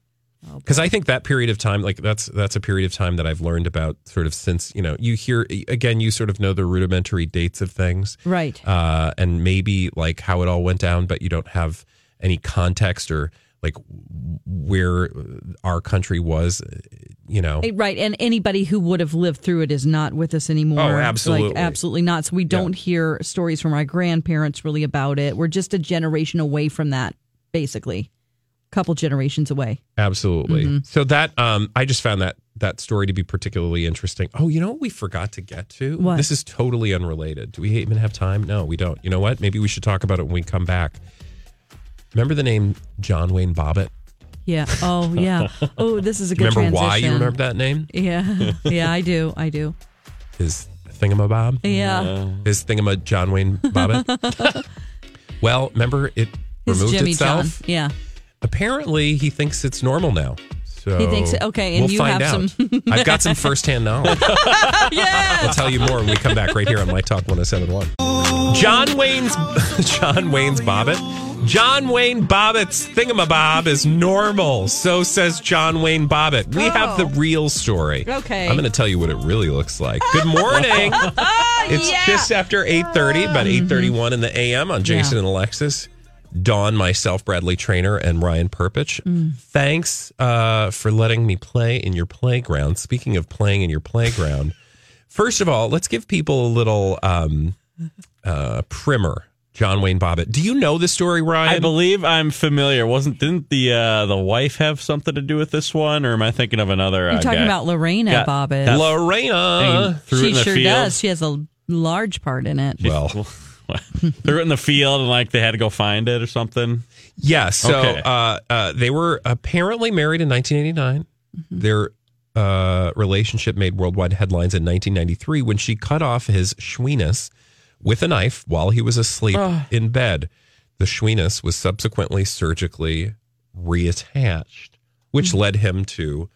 Speaker 5: Oh,
Speaker 4: because I think that period of time, like that's that's a period of time that I've learned about sort of since you know you hear again you sort of know the rudimentary dates of things,
Speaker 5: Right.
Speaker 4: Uh, and maybe like how it all went down, but you don't have any context or like where our country was, you know.
Speaker 5: Eh, Right. And anybody who would have lived through it is not with us anymore.
Speaker 4: Oh,
Speaker 5: Like,
Speaker 4: absolutely.
Speaker 5: absolutely not. So we don't hear stories from our grandparents really about it. We're just a generation away from that, basically. couple generations away.
Speaker 4: Absolutely.
Speaker 5: Mm-hmm.
Speaker 4: So that um, I just found that that story to be particularly interesting. Oh, you know what we forgot to get to?
Speaker 5: What?
Speaker 4: This is totally unrelated. Do we even have time? No, we don't. You know what? Maybe we should talk about it when we come back. Remember the name John Wayne Bobbitt?
Speaker 5: Yeah. Oh, yeah. Oh, this is a good
Speaker 4: remember
Speaker 5: transition.
Speaker 4: why you remember that name?
Speaker 5: Yeah. Yeah, I do. I do.
Speaker 4: His thingamabob.
Speaker 5: Yeah. Yeah.
Speaker 4: His thingama John Wayne Bobbitt. well, remember it
Speaker 5: His
Speaker 4: removed
Speaker 5: Jimmy
Speaker 4: itself.
Speaker 5: John. Yeah.
Speaker 4: Apparently, he thinks it's normal now. So
Speaker 5: He thinks- okay, and
Speaker 4: we'll
Speaker 5: you
Speaker 4: find
Speaker 5: have
Speaker 4: out.
Speaker 5: some-
Speaker 4: I've got some firsthand knowledge. yeah, I'll tell you more when we come back right here on My Talk 1071. John Wayne's John Wayne's Bobbitt. John Wayne Bobbitt's thingamabob is normal. So says John Wayne Bobbitt. We have the
Speaker 5: Oh.
Speaker 4: real story.
Speaker 10: Okay.
Speaker 4: I'm going to tell you what it really looks like. Good morning. it's just after 8.30, about 8.31 in the a.m. on Jason and Alexis. Dawn, myself, Bradley Trainer, and Ryan Perpich. Thanks uh, for letting me play in your playground. Speaking of playing in your playground, first of all, let's give people a little um, uh, primer. John Wayne Bobbitt. Do you know the story, Ryan?
Speaker 3: I believe I'm familiar. Wasn't didn't the uh, the wife have something to do with this one, or am I thinking of another? uh,
Speaker 5: You're talking about Lorena Bobbitt.
Speaker 7: Uh,
Speaker 4: Lorena
Speaker 3: threw it
Speaker 5: she
Speaker 3: in the
Speaker 5: sure
Speaker 3: field.
Speaker 5: does. She has a large part in it.
Speaker 4: Well,
Speaker 3: threw it in the field, and like they had to go find it or something.
Speaker 4: Yeah. So
Speaker 3: Okay.
Speaker 4: uh, uh, they were apparently married in 1989.
Speaker 5: Mm-hmm.
Speaker 4: Their uh, relationship made worldwide headlines in 1993 when she cut off his schweenus with a knife while he was asleep
Speaker 10: Ugh.
Speaker 4: in bed. The schweenus was subsequently surgically reattached, which
Speaker 5: Mm-hmm.
Speaker 4: led him to,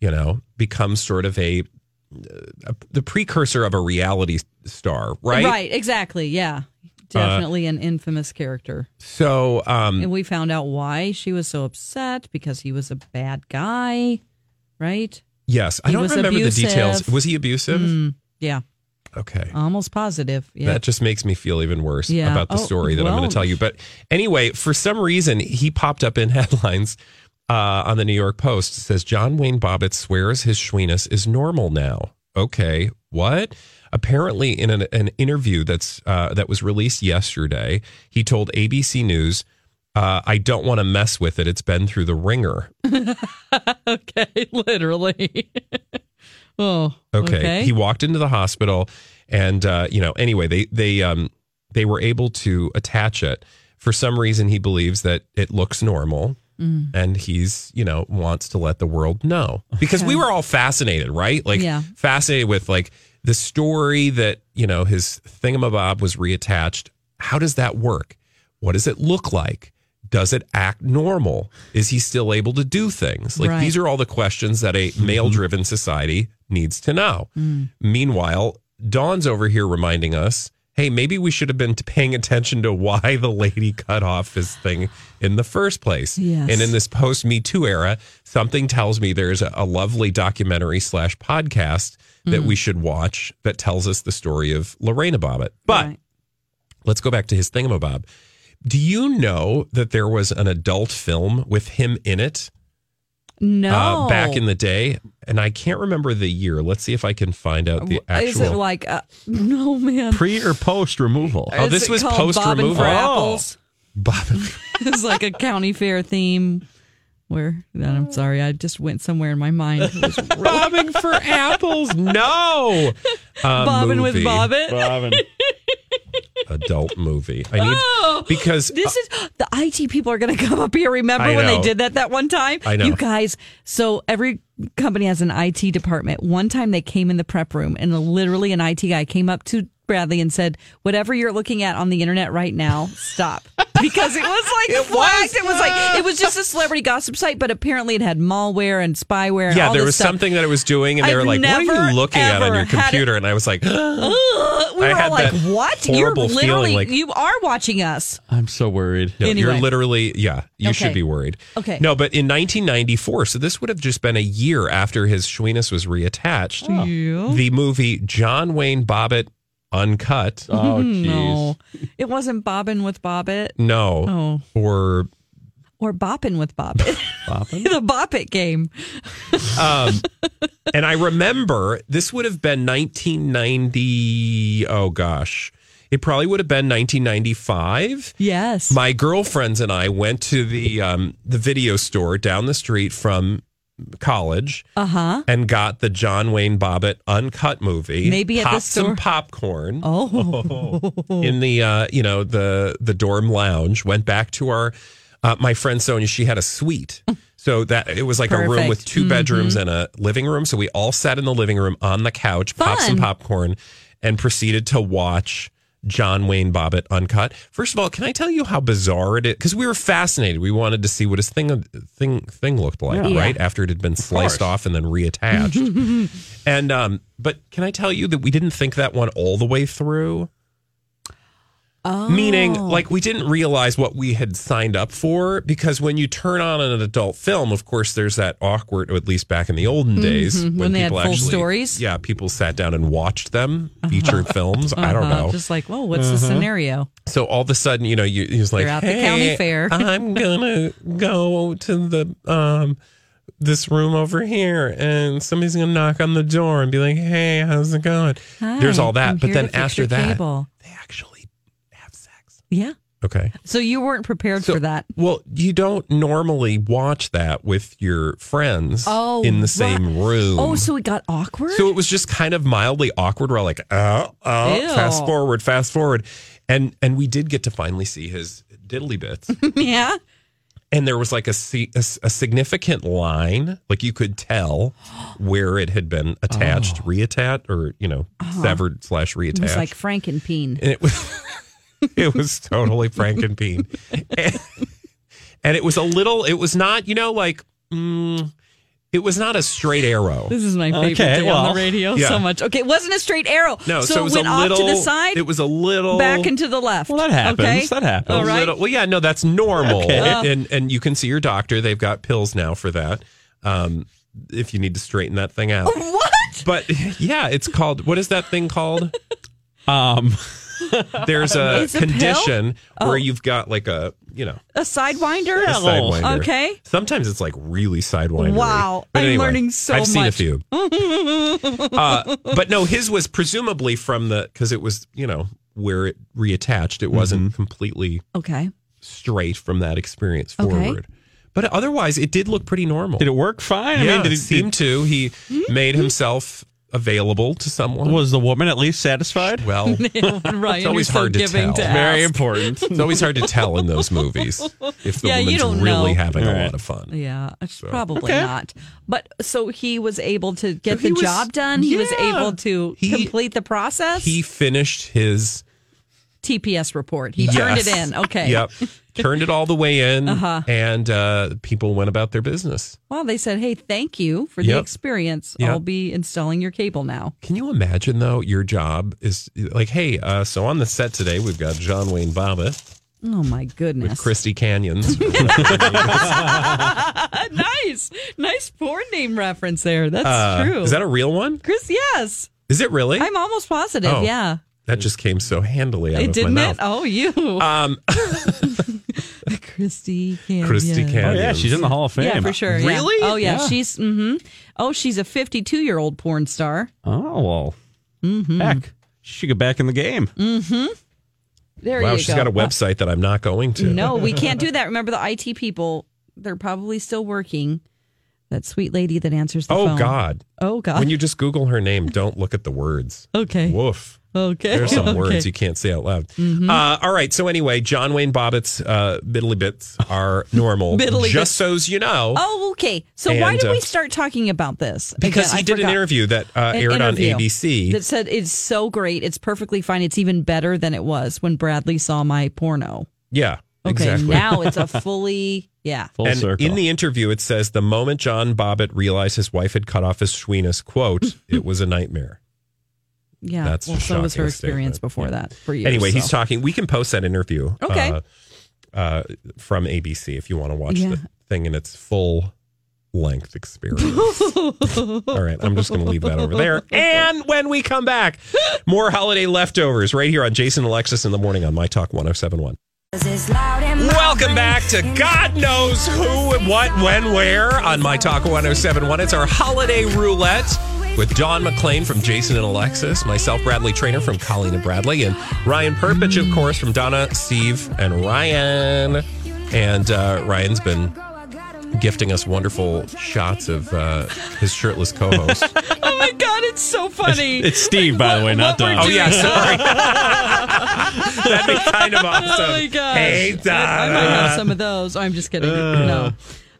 Speaker 4: you know, become sort of a, uh, a the precursor of a reality star, right?
Speaker 5: Right. Exactly. Yeah.
Speaker 4: Uh,
Speaker 5: Definitely an infamous character.
Speaker 4: So, um,
Speaker 5: and we found out why she was so upset because he was a bad guy, right?
Speaker 4: yes, I
Speaker 5: He
Speaker 4: don't
Speaker 5: was
Speaker 4: remember the details.
Speaker 5: abusive.
Speaker 4: Was he abusive?
Speaker 5: Mm, yeah.
Speaker 4: Okay.
Speaker 5: Almost positive. Yeah.
Speaker 4: That just makes me feel even worse
Speaker 5: Yeah.
Speaker 4: about the
Speaker 5: Oh,
Speaker 4: story that I'm going
Speaker 5: well.
Speaker 4: to tell you. But anyway, for some reason, he popped up in headlines uh, on the New York Post. It says John Wayne Bobbitt swears his schweeness is normal now. Okay, what? Apparently, in an, an interview that's uh, that was released yesterday, he told ABC News, uh, "I don't want to mess with it. It's been through the ringer."
Speaker 5: okay. Literally. oh.
Speaker 4: Okay. He walked into the hospital, and uh, you know, anyway, they they um they were able to attach it. For some reason, he believes that it looks normal.
Speaker 5: Mm.
Speaker 4: and he's you know wants to let the world know because we were all fascinated right like
Speaker 5: Yeah.
Speaker 4: fascinated with like the story that you know his thingamabob was reattached how does that work what does it look like does it act normal is he still able to do things like
Speaker 10: Right.
Speaker 4: these are all the questions that a male driven society needs to know
Speaker 10: Mm.
Speaker 4: Meanwhile, Dawn's over here reminding us, hey, maybe we should have been paying attention to why the lady cut off his thing in the first place.
Speaker 10: Yes.
Speaker 4: And in this post Me Too era, something tells me there's a, a lovely documentary slash podcast that
Speaker 10: Mm.
Speaker 4: we should watch that tells us the story of Lorena Bobbitt. But let's go back to his thingamabob. Do you know that there was an adult film with him in it?
Speaker 5: No.
Speaker 4: uh, back in the day, and I can't remember the year. Let's see if I can find out the actual.
Speaker 5: Is it like, uh, no, man.
Speaker 4: pre or post removal? Oh,
Speaker 5: Is
Speaker 4: this
Speaker 5: it
Speaker 4: was Oh.
Speaker 5: called
Speaker 4: post
Speaker 5: Bobbin
Speaker 4: removal.
Speaker 5: for apples?
Speaker 4: Bob,
Speaker 5: it's like a county fair theme where, then I'm sorry, I just went somewhere in my mind. It was
Speaker 4: bobbing for apples? No, A
Speaker 5: Bobbin with
Speaker 4: movie.
Speaker 5: Bobbin. Bobbin.
Speaker 4: Adult movie. I need
Speaker 5: Oh,
Speaker 4: because uh,
Speaker 5: this is the IT people are going to come up here. Remember
Speaker 4: I
Speaker 5: when they
Speaker 4: know.
Speaker 5: did that that one time?
Speaker 4: I know.
Speaker 5: You guys. So every company has an IT department. One time they came in the prep room and literally an IT guy came up to Bradley and said, "Whatever you're looking at on the internet right now, stop." Because it was like
Speaker 10: It
Speaker 5: flagged.
Speaker 10: was.
Speaker 5: It was like it was just a celebrity gossip site, but apparently it had malware and spyware. And
Speaker 4: yeah,
Speaker 5: all
Speaker 4: there
Speaker 5: this
Speaker 4: was
Speaker 5: stuff.
Speaker 4: something that it was doing, and they were
Speaker 5: I've
Speaker 4: like, "What are
Speaker 5: never,
Speaker 4: you looking at on
Speaker 5: ever
Speaker 4: your
Speaker 5: had it-
Speaker 4: computer?" And I was like,
Speaker 5: Ugh, we were
Speaker 4: I
Speaker 5: all
Speaker 4: had
Speaker 5: like,
Speaker 4: that
Speaker 5: "What? You're
Speaker 4: horrible feeling,
Speaker 5: literally
Speaker 4: like-
Speaker 5: you are watching us."
Speaker 4: I'm so worried. No,
Speaker 5: Anyway.
Speaker 4: You're literally, yeah, you should
Speaker 5: Okay.
Speaker 4: be worried.
Speaker 5: Okay.
Speaker 4: No, but in 1994, so this would have just been a year after his Schweenus was reattached,
Speaker 5: Oh. Yeah.
Speaker 4: the movie John Wayne Bobbitt Uncut. Mm-hmm.
Speaker 5: no, it wasn't bobbin with Bobbit.
Speaker 4: No. Or
Speaker 5: or bopping with bopping. the bop it game.
Speaker 4: Um, and I remember this would have been 1990. Oh gosh, it probably would have been 1995.
Speaker 5: Yes,
Speaker 4: my girlfriends and I went to the um, the video store down the street from college
Speaker 5: Uh huh.
Speaker 4: and got the John Wayne Bobbitt uncut movie.
Speaker 5: Maybe at the
Speaker 4: popped
Speaker 5: store-
Speaker 4: some popcorn.
Speaker 5: Oh.
Speaker 4: in the uh, you know the the dorm lounge. Went back to our uh, my friend Sonia. She had a suite, so that it was like a room
Speaker 10: Perfect.
Speaker 4: with 2 bedrooms
Speaker 5: Mm-hmm.
Speaker 4: and a living room. So we all sat in the living room on the couch, popped some
Speaker 10: Fun.
Speaker 4: popcorn, and proceeded to watch. John Wayne Bobbitt uncut. First of all, can I tell you how bizarre it is? Because we were fascinated. We wanted to see what his thing thing thing looked like,
Speaker 10: Yeah.
Speaker 4: right? After it had been sliced
Speaker 10: course.
Speaker 4: off and then reattached. And um, but can I tell you that we didn't think that one all the way through?
Speaker 5: Oh.
Speaker 4: Meaning, like we didn't realize what we had signed up for because when you turn on an adult film, of course, there's that awkward, or at least back in the olden days,
Speaker 5: Mhm, when they had full stories.
Speaker 4: Yeah, people sat down and watched them, feature films. I don't
Speaker 5: Uh-huh.
Speaker 4: know.
Speaker 5: Just like, whoa, what's the
Speaker 4: Uh-huh.
Speaker 5: scenario?
Speaker 4: So all of a sudden, you know, you he's like,
Speaker 5: They're out the county
Speaker 4: "Hey,
Speaker 5: fair."
Speaker 4: I'm gonna go to the um this room over here, and somebody's gonna knock on the door and be like, "Hey, how's it going?" There's
Speaker 5: Hi,
Speaker 4: all that,
Speaker 5: I'm
Speaker 4: but
Speaker 5: here
Speaker 4: then
Speaker 5: to fix
Speaker 4: after
Speaker 5: your
Speaker 4: that,
Speaker 5: cable. yeah.
Speaker 4: okay.
Speaker 5: So you weren't prepared for that.
Speaker 4: Well, you don't normally watch that with your friends
Speaker 5: Oh,
Speaker 4: in the
Speaker 5: right.
Speaker 4: same room.
Speaker 5: Oh, so it got awkward.
Speaker 4: So it was just kind of mildly awkward. We're all like, oh, oh,
Speaker 5: Ew.
Speaker 4: fast forward, fast forward, and and we did get to finally see his diddly bits.
Speaker 5: yeah.
Speaker 4: and there was like a, si- a s- a significant line like you could tell where it had been attached reattached or you know
Speaker 5: Oh. Uh-huh.
Speaker 4: severed slash
Speaker 5: It
Speaker 4: reattached
Speaker 5: was like Frankenpeen.
Speaker 4: and it was it was totally frankenbean and, and it was a little it was not you know like mm, it was not a straight arrow
Speaker 5: This is my favorite day on the radio
Speaker 4: Yeah.
Speaker 5: so much. Okay, it wasn't a straight arrow.
Speaker 4: no, so, it was
Speaker 5: went
Speaker 4: a little.
Speaker 5: off to the side,
Speaker 4: It was a little
Speaker 5: back into the left. Well,
Speaker 4: that happens.
Speaker 5: Okay?
Speaker 4: That happens.
Speaker 5: All right.
Speaker 4: well, yeah, no, that's normal.
Speaker 5: Okay. Uh.
Speaker 4: And, and and you can see your doctor. They've got pills now for that. Um, if you need to straighten that thing out.
Speaker 5: What?
Speaker 4: But yeah, it's called. What is that thing called? um, there's a
Speaker 5: It's a pill?
Speaker 4: condition
Speaker 5: Oh.
Speaker 4: where you've got like a you know.
Speaker 5: A sidewinder.
Speaker 4: a sidewinder.
Speaker 5: Okay.
Speaker 4: Sometimes it's like really sidewinder.
Speaker 5: Wow, I'm learning so
Speaker 4: I've seen a
Speaker 5: much.
Speaker 4: few. Uh, but no, his was presumably from the because it was you know where it reattached. It wasn't completely
Speaker 5: okay.
Speaker 4: straight from that experience
Speaker 5: Okay.
Speaker 4: forward. But otherwise, it did look pretty normal. Did it work fine?
Speaker 3: I
Speaker 4: Yeah,
Speaker 3: mean, did
Speaker 4: it,
Speaker 3: it-
Speaker 5: Mm-hmm.
Speaker 4: seemed to. He made himself available to someone.
Speaker 3: Was the woman at least satisfied?
Speaker 4: Well,
Speaker 5: Ryan
Speaker 4: it's always
Speaker 5: is so
Speaker 4: hard to
Speaker 5: giving
Speaker 4: tell.
Speaker 5: to
Speaker 3: Very ask. important.
Speaker 4: It's always hard to tell in those movies if the
Speaker 5: Yeah, you
Speaker 4: woman's
Speaker 5: don't
Speaker 4: really
Speaker 5: know.
Speaker 4: having
Speaker 3: All
Speaker 4: a
Speaker 3: right.
Speaker 4: lot of fun.
Speaker 5: Yeah, it's
Speaker 4: So-
Speaker 5: probably
Speaker 4: Okay.
Speaker 5: not. But so he was able to
Speaker 4: So
Speaker 5: get
Speaker 4: he
Speaker 5: the
Speaker 4: was-
Speaker 5: job done. He was
Speaker 4: yeah.
Speaker 5: able to
Speaker 4: He-
Speaker 5: complete the process.
Speaker 4: He finished his
Speaker 5: TPS report. He turned it
Speaker 4: Yes.
Speaker 5: in. Okay.
Speaker 4: Yep. Turned it all the way in,
Speaker 5: Uh-huh.
Speaker 4: and uh, people went about their business.
Speaker 5: Well, they said, "Hey, thank you for the
Speaker 4: Yep.
Speaker 5: experience.
Speaker 4: Yep.
Speaker 5: I'll be installing your cable now."
Speaker 4: Can you imagine though? Your job is like, hey, uh, so on the set today, we've got John Wayne Baba
Speaker 5: Oh my
Speaker 4: with
Speaker 5: goodness!
Speaker 4: Christy Canyons.
Speaker 5: nice, nice porn name reference there. That's
Speaker 4: Uh,
Speaker 5: true.
Speaker 4: Is that a real one?
Speaker 5: Chris? Yes,
Speaker 4: Is it really?
Speaker 5: I'm almost positive.
Speaker 4: Oh.
Speaker 5: Yeah,
Speaker 4: that just came so handily out
Speaker 5: it
Speaker 4: of
Speaker 5: didn't
Speaker 4: my
Speaker 5: it.
Speaker 4: mouth.
Speaker 5: Oh, you,
Speaker 4: Um,
Speaker 5: Christy. Canyon.
Speaker 4: Christy Canyon.
Speaker 3: yeah, she's in the Hall of Fame.
Speaker 5: Yeah, for sure. yeah.
Speaker 4: Really?
Speaker 5: Oh yeah,
Speaker 3: Yeah.
Speaker 5: she's. hmm Oh, she's a 52 year old porn star.
Speaker 3: Oh well.
Speaker 4: Mm-hmm.
Speaker 3: Heck, she should get back in the game.
Speaker 4: Mm.
Speaker 5: There
Speaker 4: wow,
Speaker 5: you
Speaker 4: she's
Speaker 5: go.
Speaker 4: got a website that I'm not going to.
Speaker 5: No, we can't do that. Remember the IT people; they're probably still working. That sweet lady that answers the
Speaker 4: Oh
Speaker 5: phone.
Speaker 4: God.
Speaker 5: Oh God.
Speaker 4: When you just Google her name, don't look at the words.
Speaker 5: okay.
Speaker 4: Woof.
Speaker 5: Okay.
Speaker 4: There's some
Speaker 5: okay. Mm-hmm.
Speaker 4: words you can't say out loud. Uh, all right. So anyway, John Wayne Bobbitt's uh, biddly bits are normal.
Speaker 5: Biddly
Speaker 4: just
Speaker 5: bits.
Speaker 4: so's you know.
Speaker 5: Oh, okay. So why
Speaker 4: And,
Speaker 5: did
Speaker 4: uh,
Speaker 5: we start talking about this?
Speaker 4: Because
Speaker 5: Again,
Speaker 4: he
Speaker 5: I
Speaker 4: did an
Speaker 5: forgot.
Speaker 4: interview that uh,
Speaker 5: An
Speaker 4: aired
Speaker 5: interview
Speaker 4: on ABC.
Speaker 5: that said it's so great, it's perfectly fine, it's even better than it was when Bradley saw my porno.
Speaker 4: yeah.
Speaker 5: Okay,
Speaker 4: Exactly.
Speaker 5: now it's a fully yeah.
Speaker 3: Full
Speaker 4: and
Speaker 3: circle.
Speaker 4: in the interview, it says the moment John Bobbitt realized his wife had cut off his schweenus, quote, it was a nightmare.
Speaker 5: Yeah,
Speaker 4: That's
Speaker 5: well,
Speaker 4: a
Speaker 5: so was her
Speaker 4: shocking
Speaker 5: experience
Speaker 4: statement.
Speaker 5: before
Speaker 4: Yeah.
Speaker 5: that for years.
Speaker 4: Anyway, he's
Speaker 5: so.
Speaker 4: talking. We can post that interview.
Speaker 5: Okay.
Speaker 4: Uh, uh, from ABC if you want to watch
Speaker 5: Yeah.
Speaker 4: the thing in its full length experience. All right, I'm just going to leave that over there. And when we come back, more holiday leftovers right here on Jason and Alexis in the morning on My Talk 1071. Welcome back to God knows who, what, when, where on My Talk 1071. It's our holiday roulette with Don McLean from Jason and Alexis, myself, Bradley Trainer from Colleen and Bradley, and Ryan Perpich, of course, from Donna, Steve, and Ryan. And uh, Ryan's been gifting us wonderful shots of uh, his shirtless co host.
Speaker 5: oh my god, it's so funny.
Speaker 3: It's Steve, by the way, not Don.
Speaker 4: oh, yeah, sorry. That'd be kind of awesome.
Speaker 5: Oh my gosh.
Speaker 4: Hey,
Speaker 5: I, I might
Speaker 4: Donna. Uh.
Speaker 5: have some of those. I'm just kidding. no.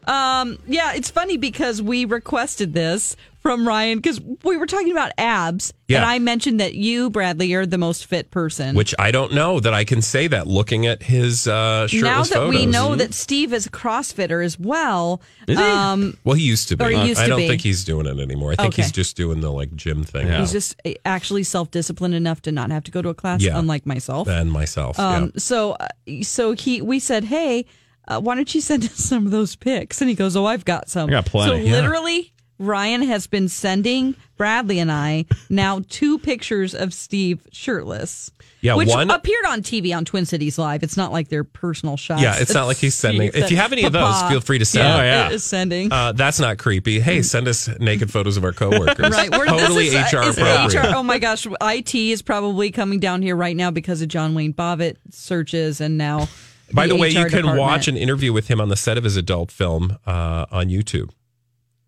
Speaker 5: Um, yeah, it's funny because we requested this from Ryan because we were talking about abs.
Speaker 4: Yeah.
Speaker 5: And I mentioned that you, Bradley, are the most fit person.
Speaker 4: Which I don't know that I can say that looking at his uh, shirtless
Speaker 5: now that
Speaker 4: photos. Mm-hmm.
Speaker 5: we know that Steve is a CrossFitter as well. Um,
Speaker 4: Mm-hmm. Well, he used to be.
Speaker 5: Or he used
Speaker 4: I
Speaker 5: to
Speaker 4: don't
Speaker 5: be.
Speaker 4: think he's doing it anymore. I think
Speaker 5: Okay.
Speaker 4: he's just doing the like gym thing.
Speaker 3: Yeah.
Speaker 5: He's just eh, actually self disciplined enough to not have to go to a class,
Speaker 4: Yeah.
Speaker 5: unlike myself.
Speaker 4: and myself.
Speaker 5: Um,
Speaker 4: yeah.
Speaker 5: So, uh, so he, we said, hey, uh, why don't you send us some of those pics? And he goes, oh, I've got some.
Speaker 3: I got plenty,
Speaker 5: So
Speaker 3: yeah.
Speaker 5: literally, Ryan has been sending Bradley and I now two pictures of Steve shirtless.
Speaker 4: Yeah,
Speaker 5: which
Speaker 4: one-
Speaker 5: appeared on TV on Twin Cities Live. It's not like their personal shots.
Speaker 4: Yeah, it's not like he's sending-
Speaker 5: Steve
Speaker 4: if you
Speaker 5: that
Speaker 4: have any of those,
Speaker 5: Papa
Speaker 4: feel free to send
Speaker 3: them. Oh, yeah.
Speaker 5: is sending.
Speaker 4: Uh, that's not creepy. Hey, send us naked photos of our coworkers.
Speaker 5: Mm. Right, we're,
Speaker 4: totally
Speaker 5: this is,
Speaker 4: HR
Speaker 5: is
Speaker 4: appropriate.
Speaker 5: HR. Oh my gosh, IT is probably coming down here right now because of John Wayne Bobbitt searches, and now.
Speaker 4: By the way, you
Speaker 5: HR
Speaker 4: can
Speaker 5: department.
Speaker 4: watch an interview with him on the set of his adult film uh, on YouTube.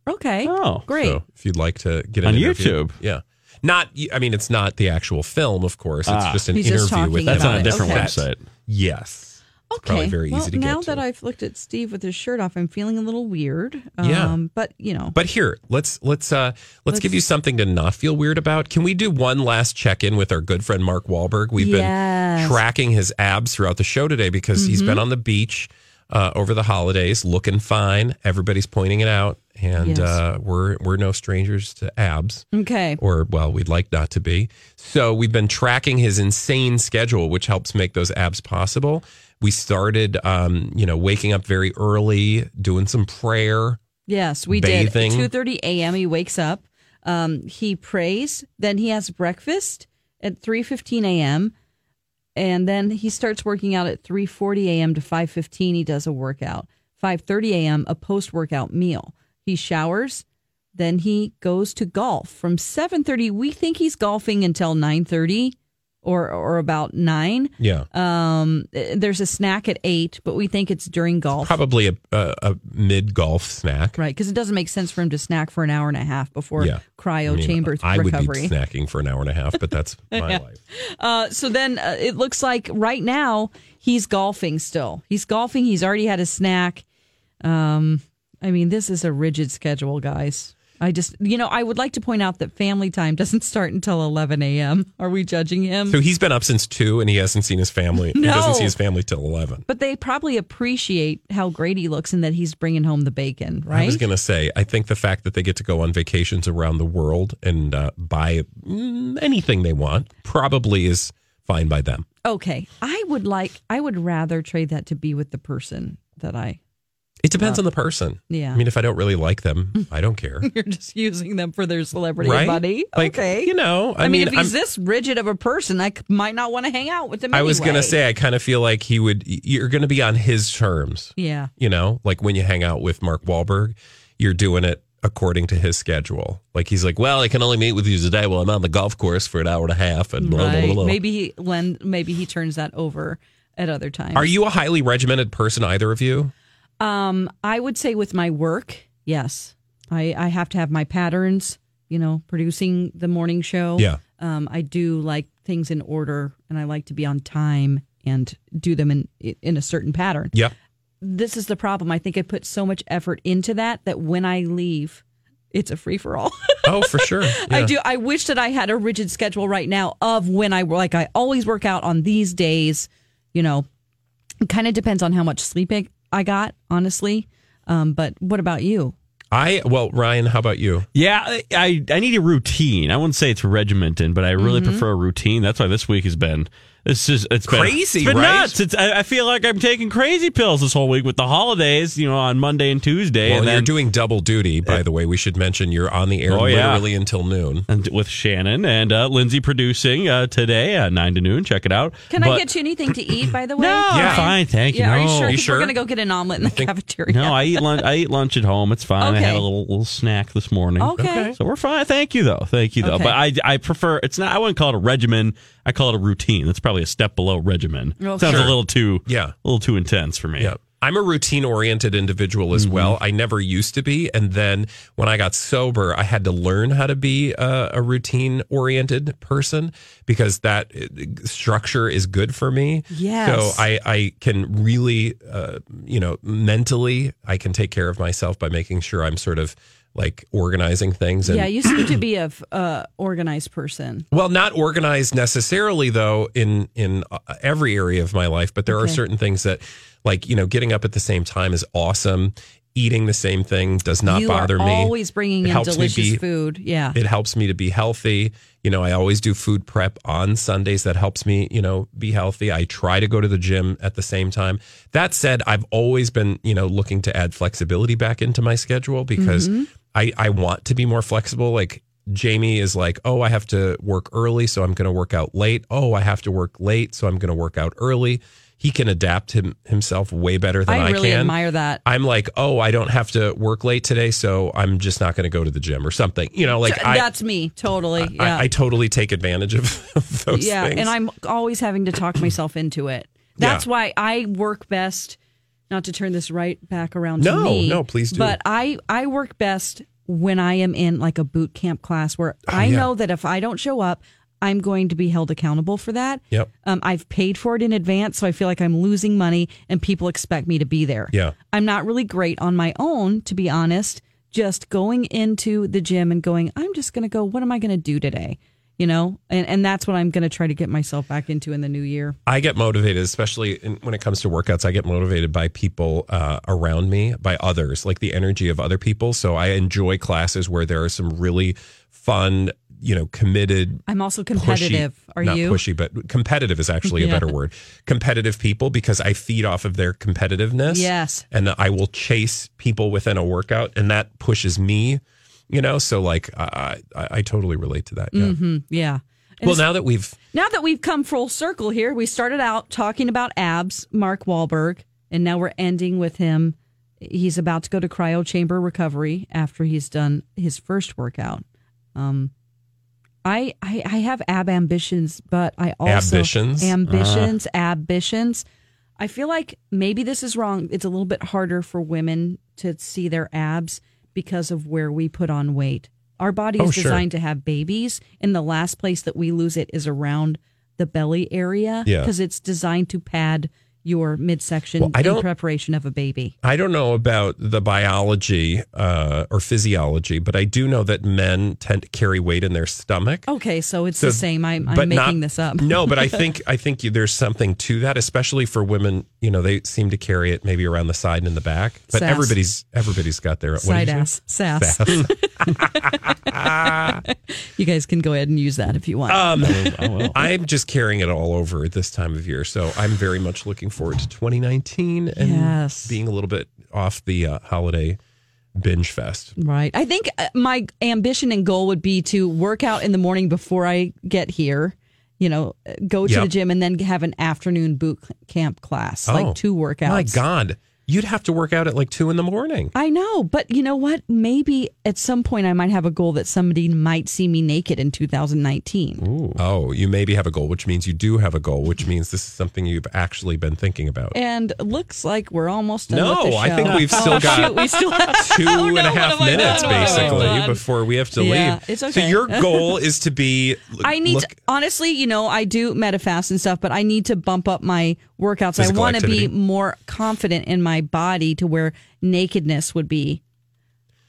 Speaker 5: Okay.
Speaker 3: Oh,
Speaker 5: great.
Speaker 4: So if you'd like to get an
Speaker 3: On
Speaker 4: interview.
Speaker 3: YouTube?
Speaker 4: yeah. Not, I mean, it's not the actual film, of course. It's
Speaker 3: Ah.
Speaker 4: just an
Speaker 5: He's
Speaker 4: interview
Speaker 5: just
Speaker 4: with
Speaker 5: talking
Speaker 4: him.
Speaker 3: That's on
Speaker 5: Got
Speaker 3: a
Speaker 5: it.
Speaker 3: different
Speaker 5: Okay.
Speaker 3: website.
Speaker 4: Yes.
Speaker 5: okay.
Speaker 4: probably very
Speaker 5: well,
Speaker 4: easy to get
Speaker 5: now
Speaker 4: to.
Speaker 5: that I've looked at Steve with his shirt off, I'm feeling a little weird. um,
Speaker 4: Yeah.
Speaker 5: But you know,
Speaker 4: But here, let's let's uh let's, give you something to not feel weird about. Can we do one last check in with our good friend Mark Wahlberg? We've
Speaker 5: Yes. Mm-hmm.
Speaker 4: been tracking his abs throughout the show today because he's been on the beach uh, over the holidays, looking fine. Everybody's pointing it out, and
Speaker 5: Yes.
Speaker 4: uh, we're we're no strangers to abs.
Speaker 5: okay.
Speaker 4: Or, well, we'd like not to be. So, we've been tracking his insane schedule, which helps make those abs possible. We started, um, you know, waking up very early, doing some prayer,
Speaker 5: Yes, we
Speaker 4: Bathing.
Speaker 5: did. Two thirty a.m. He wakes up. Um, he prays. Then he has breakfast at three fifteen a.m. And then he starts working out at three forty a.m. to five fifteen. He does a workout. Five thirty a.m. a post workout meal. He showers. Then he goes to golf from seven thirty. We think he's golfing until nine thirty or or about nine.
Speaker 4: Yeah.
Speaker 5: Um, eh, there's a snack at eight, but we think it's during golf,
Speaker 4: Probably a, a, a mid golf snack.
Speaker 5: right? Because it doesn't make sense for him to snack for an hour and a half before
Speaker 4: Yeah.
Speaker 5: cryo
Speaker 4: I mean,
Speaker 5: chamber
Speaker 4: I would
Speaker 5: recovery.
Speaker 4: be snacking for an hour and a half, but that's my
Speaker 5: Yeah.
Speaker 4: life.
Speaker 5: Uh, so then uh, it looks like right now he's golfing still. He's golfing. He's already had a snack. Um, I mean, this is a rigid schedule, guys. I just, you know, I would like to point out that family time doesn't start until 11 a.m. Are we judging him?
Speaker 4: So he's been up since two and he hasn't seen his family. He
Speaker 5: No.
Speaker 4: doesn't see his family till 11.
Speaker 5: but they probably appreciate how great he looks and that he's bringing home the bacon, right?
Speaker 4: I was going to say, I think the fact that they get to go on vacations around the world and uh, buy mm, anything they want probably is fine by them.
Speaker 5: okay. I would like, I would rather trade that to be with the person that I,
Speaker 4: It depends on
Speaker 5: Well,
Speaker 4: the person.
Speaker 5: yeah. Hmm.
Speaker 4: I mean, if I don't really like them, I don't care.
Speaker 5: you're just using them for their celebrity
Speaker 4: Right?
Speaker 5: money.
Speaker 4: Like,
Speaker 5: okay.
Speaker 4: you know, I
Speaker 5: I, mean,
Speaker 4: mean,
Speaker 5: if he's
Speaker 4: I'm-
Speaker 5: this rigid of a person, I c- might not want to hang out with him.
Speaker 4: I was going to
Speaker 5: anyway.
Speaker 4: say, I kind of feel like he would, you're going to be on his terms.
Speaker 5: Yeah.
Speaker 4: You know, like when you hang out with Mark Wahlberg, you're doing it according to his schedule. Like he's like, well, I can only meet with you today. Well, I'm on the golf course for an hour and a half. And blah, blah,
Speaker 5: Right.
Speaker 4: blah, blah.
Speaker 5: Maybe he lend, maybe he turns that over at other times.
Speaker 4: Are you a highly regimented person, either of you?
Speaker 5: Um, I would say with my work, yes. I, I have to have my patterns, you know, producing the morning show.
Speaker 4: Yeah.
Speaker 5: Um, I do like things in order and I like to be on time and do them in in a certain pattern.
Speaker 4: Yeah.
Speaker 5: This is the problem. I think I put so much effort into that that when I leave, it's a free for all.
Speaker 4: Oh, for sure.
Speaker 5: I
Speaker 4: Yeah.
Speaker 5: do. I wish that I had a rigid schedule right now of when I like. I always work out on these days. You know, it kind of depends on how much sleep I- I got, honestly. Um, but what about you?
Speaker 4: I, well, Ryan, how about you?
Speaker 3: Yeah, I, I I need a routine. I wouldn't say it's regimented, but I really
Speaker 4: Mm-hmm.
Speaker 5: Mhm.
Speaker 3: prefer a routine. That's why this week has been this is it's been
Speaker 4: Crazy,
Speaker 3: it's been
Speaker 4: right?
Speaker 3: nuts. It's, I, I feel like I'm taking crazy pills this whole week with the holidays. You know, on Monday and Tuesday,
Speaker 4: Well,
Speaker 3: and
Speaker 4: you're
Speaker 3: then
Speaker 4: doing double duty, by the way. We should mention you're on the air
Speaker 3: Oh, yeah.
Speaker 4: literally until noon.
Speaker 3: and with Shannon and uh, Lindsay producing uh, today uh, nine to noon. Check it out.
Speaker 5: Can I
Speaker 3: But-
Speaker 5: get you anything to eat? By the way,
Speaker 3: No, I'm Yeah. fine, thank you.
Speaker 5: Yeah, are
Speaker 3: No.
Speaker 5: you sure?
Speaker 3: You
Speaker 5: 'Cause
Speaker 3: sure?
Speaker 5: We're gonna go get an omelet in the cafeteria.
Speaker 3: No, I eat lunch. I eat lunch at home. It's fine. I had
Speaker 5: Okay.
Speaker 3: a little, little snack this morning.
Speaker 5: Okay.
Speaker 3: so we're fine. Thank you though. Thank you though.
Speaker 5: Okay.
Speaker 3: But I I prefer it's not. I wouldn't call it a regimen. I call it a routine. That's probably a step below regimen.
Speaker 5: Oh,
Speaker 4: Okay.
Speaker 3: Sounds
Speaker 4: Sure.
Speaker 3: a little too
Speaker 4: Yeah.
Speaker 3: a little too intense for me.
Speaker 4: Yeah. I'm a routine oriented individual as
Speaker 5: Mm-hmm.
Speaker 4: well. I never used to be. And then when I got sober, I had to learn how to be uh, a, a routine oriented person because that uh, structure is good for me.
Speaker 5: Yes.
Speaker 4: So I, I can really, uh, you know, mentally, I can take care of myself by making sure I'm sort of like organizing things. And
Speaker 5: yeah, you seem to be a f- uh, organized person.
Speaker 4: Well, not organized necessarily, though, in in uh, every area of my life. But there are
Speaker 5: Okay.
Speaker 4: certain things that, like you know, getting up at the same time is awesome. Eating the same thing does not
Speaker 5: you
Speaker 4: bother
Speaker 5: are
Speaker 4: me.
Speaker 5: Always bringing
Speaker 4: It
Speaker 5: in
Speaker 4: helps me
Speaker 5: delicious
Speaker 4: be-
Speaker 5: food. Yeah.
Speaker 4: It helps me to be healthy. You know, I always do food prep on Sundays. That helps me, you know, be healthy. I try to go to the gym at the same time. That said, I've always been, you know, looking to add flexibility back into my schedule because
Speaker 5: Mm-hmm.
Speaker 10: Mhm.
Speaker 4: I, I want to be more flexible. Like Jamie is like, oh, I have to work early, so I'm going to work out late. Oh, I have to work late, so I'm going to work out early. He can adapt him, himself way better than I,
Speaker 5: I really
Speaker 4: can.
Speaker 5: admire that.
Speaker 4: I'm like, oh, I don't have to work late today, so I'm just not going to go to the gym or something. You know, like
Speaker 5: T-
Speaker 4: I,
Speaker 5: that's me totally. yeah.
Speaker 4: I, I totally take advantage of, of those
Speaker 5: yeah,
Speaker 4: things.
Speaker 5: and I'm always having to talk myself into it. That's
Speaker 4: Yeah.
Speaker 5: why I work best. Not to turn this right back around to
Speaker 4: No,
Speaker 5: me.
Speaker 4: no, please do.
Speaker 5: But I I work best when I am in like a boot camp class where I
Speaker 4: Ah, yeah.
Speaker 5: know that if I don't show up, I'm going to be held accountable for that.
Speaker 4: Yep.
Speaker 5: Um, I've paid for it in advance, so I feel like I'm losing money, and people expect me to be there.
Speaker 4: Yeah.
Speaker 5: I'm not really great on my own, to be honest. Just going into the gym and going, I'm just going to go, what am I going to do today? You know, and, and that's what I'm going to try to get myself back into in the new year.
Speaker 4: I get motivated, especially in, when it comes to workouts. I get motivated by people uh, around me, by others, like the energy of other people. So I enjoy classes where there are some really fun, you know, committed.
Speaker 5: I'm also competitive.
Speaker 4: Pushy,
Speaker 5: Are
Speaker 4: not
Speaker 5: you?
Speaker 4: pushy, but competitive is actually a
Speaker 5: Yeah.
Speaker 4: better word. Competitive people because I feed off of their competitiveness.
Speaker 5: Yes.
Speaker 4: and I will chase people within a workout, and that pushes me. You know, so like I, I, I totally relate to that. Yeah.
Speaker 5: hmm Yeah. And
Speaker 4: Well,
Speaker 5: it's-
Speaker 4: now that we've
Speaker 5: now that we've come full circle here, we started out talking about abs, Mark Wahlberg, and now we're ending with him. He's about to go to cryo chamber recovery after he's done his first workout. Um, I, I, I have ab ambitions, but I also
Speaker 4: Ambitions?
Speaker 5: ambitions,
Speaker 10: Uh.
Speaker 5: ambitions. I feel like maybe this is wrong. It's a little bit harder for women to see their abs because of where we put on weight. Our body is
Speaker 10: Oh, sure.
Speaker 5: designed to have babies, and the last place that we lose it is around the belly area
Speaker 4: Yeah.
Speaker 5: because it's designed to pad your midsection
Speaker 4: Well, I
Speaker 5: in
Speaker 4: don't-
Speaker 5: preparation of a baby.
Speaker 4: I don't know about the biology uh, or physiology, but I do know that men tend to carry weight in their stomach.
Speaker 5: Okay, so Oh, it's
Speaker 4: So-
Speaker 5: the same. I'm, I'm
Speaker 4: but
Speaker 5: making
Speaker 4: not-
Speaker 5: this up.
Speaker 4: no, but I think I think you, there's something to that, especially for women. You know, they seem to carry it maybe around the side and in the back. But
Speaker 5: Sass.
Speaker 4: everybody's everybody's got their what did
Speaker 5: Side
Speaker 4: you say?
Speaker 5: ass. Sass. you guys can go ahead and use that if you want.
Speaker 4: Um,
Speaker 3: Oh,
Speaker 4: I'm just carrying it all over at this time of year, so I'm very much looking forward to 2019 and
Speaker 5: Yes.
Speaker 4: being a little bit off the uh, holiday binge fest.
Speaker 5: Right. I think uh, my ambition and goal would be to work out in the morning before I get here, you know, uh, go to
Speaker 4: Yep.
Speaker 5: the gym and then have an afternoon boot camp class,
Speaker 4: Oh,
Speaker 5: like two workouts.
Speaker 4: My God, you'd have to work out at like two in the morning.
Speaker 5: I know, but you know what? Maybe at some point I might have a goal that somebody might see me naked in 2019.
Speaker 4: Oh, you maybe have a goal, which means you do have a goal, which means this is something you've actually been thinking about.
Speaker 5: And looks like we're almost done
Speaker 4: No,
Speaker 5: with the
Speaker 4: I
Speaker 5: show.
Speaker 4: think we've
Speaker 5: Oh,
Speaker 4: still got
Speaker 5: shoot, we still have
Speaker 4: two
Speaker 5: Oh,
Speaker 4: and
Speaker 5: no,
Speaker 4: a
Speaker 5: what
Speaker 4: half
Speaker 5: have I done?
Speaker 4: minutes
Speaker 5: What have I
Speaker 4: basically
Speaker 5: done?
Speaker 4: before we have to
Speaker 5: Yeah,
Speaker 4: leave.
Speaker 5: it's
Speaker 4: So
Speaker 5: okay.
Speaker 4: your goal is to be.
Speaker 5: I need
Speaker 4: look-
Speaker 5: to, honestly, you know, I do metafast and stuff, but I need to bump up my workouts. I
Speaker 4: Physical
Speaker 5: want to
Speaker 4: activity.
Speaker 5: be more confident in my body to where nakedness would be,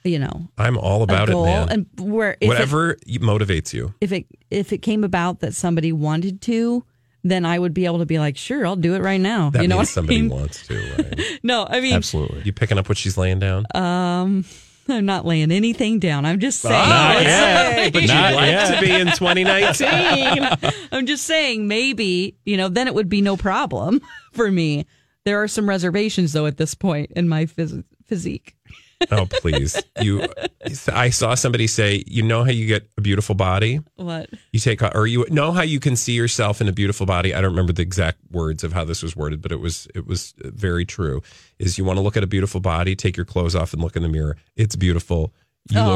Speaker 5: you know,
Speaker 4: I'm all about
Speaker 5: a
Speaker 4: it,
Speaker 5: goal.
Speaker 4: man.
Speaker 5: And where if
Speaker 4: Whatever motivates you.
Speaker 5: it, if it if it came about that somebody wanted to, then I would be able to be like, sure, I'll do it right now.
Speaker 4: That
Speaker 5: you know
Speaker 4: means
Speaker 5: what
Speaker 4: somebody
Speaker 5: I mean?
Speaker 4: wants to. Right?
Speaker 5: No, I mean,
Speaker 4: You picking up what she's laying down?
Speaker 5: um, I'm not laying anything down. I'm just saying.
Speaker 4: Not yet, Ah, but you'd
Speaker 3: Not
Speaker 4: like
Speaker 3: yet.
Speaker 4: to be in 2019.
Speaker 5: I'm just saying, maybe, you know, then it would be no problem for me. There are some reservations, though, at this point in my phys- physique.
Speaker 4: oh, please. You. I saw somebody say, you know how you get a beautiful body?
Speaker 5: What?
Speaker 4: You take, or you know how you can see yourself in a beautiful body. I don't remember the exact words of how this was worded, but it was it was very true. Is you want to look at a beautiful body, take your clothes off and look in the mirror. It's beautiful. You
Speaker 5: Oh,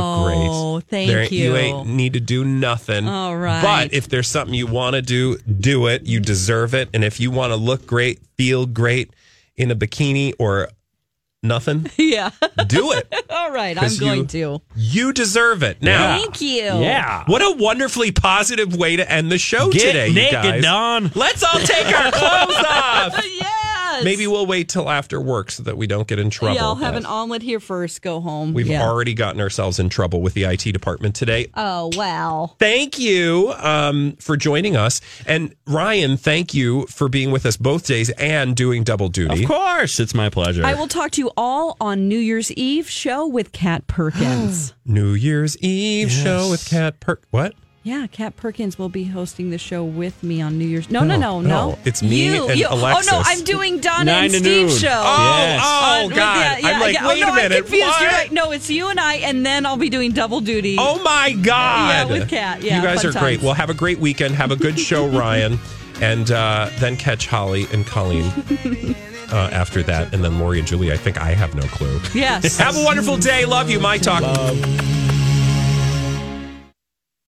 Speaker 4: look great.
Speaker 5: thank
Speaker 4: There ain't- You
Speaker 5: you.
Speaker 4: ain't need to do nothing.
Speaker 5: All right.
Speaker 4: But if there's something you want to do, do it. You deserve it. And if you want to look great, feel great in a bikini or nothing,
Speaker 5: Yeah.
Speaker 4: do it.
Speaker 5: All right. I'm
Speaker 4: 'Cause
Speaker 5: going
Speaker 4: you-
Speaker 5: to.
Speaker 4: You deserve it. Now,
Speaker 5: Thank you.
Speaker 4: Ah. What a wonderfully positive way to end the show
Speaker 3: Get
Speaker 4: today, you
Speaker 3: naked,
Speaker 4: guys.
Speaker 3: Don.
Speaker 4: Let's all take our clothes off.
Speaker 5: Yes.
Speaker 4: Maybe we'll wait till after work so that we don't get in trouble.
Speaker 5: Yeah, I'll have an omelet here first. Go home.
Speaker 4: We've
Speaker 5: yeah.
Speaker 4: already gotten ourselves in trouble with the IT department today.
Speaker 5: Oh, wow.
Speaker 4: Thank you um, for joining us. And Ryan, thank you for being with us both days and doing double duty.
Speaker 3: Of course, it's my pleasure.
Speaker 5: I will talk to you all on New Year's Eve show with Kat Perkins.
Speaker 4: New Year's Eve show with Kat Perk. What?
Speaker 5: Yeah, Kat Perkins will be hosting the show with me on New Year's. No, no,
Speaker 4: No,
Speaker 5: no, no.
Speaker 4: no. It's me
Speaker 5: you,
Speaker 4: and
Speaker 5: you. Oh no,
Speaker 4: Alexis.
Speaker 5: I'm doing Donna
Speaker 4: Nine
Speaker 5: and
Speaker 4: to
Speaker 5: Steve
Speaker 4: noon.
Speaker 5: show.
Speaker 4: Oh, Yes. oh,
Speaker 5: with
Speaker 4: God.
Speaker 5: the-
Speaker 4: I'm like, wait
Speaker 5: oh, no,
Speaker 4: a minute,
Speaker 5: I'm confused. You're
Speaker 4: what?
Speaker 5: right. No, it's you and I, and then I'll be doing double duty.
Speaker 4: Oh my God!
Speaker 5: Yeah, with Kat. Yeah,
Speaker 4: you guys
Speaker 5: fun
Speaker 4: are great.
Speaker 5: times.
Speaker 4: Well, have a great weekend. Have a good show, Ryan, and uh, then catch Holly and Colleen uh, after that, and then Lori and Julie. I think I have no clue.
Speaker 5: Yes.
Speaker 4: have a wonderful day. Love you. My talk.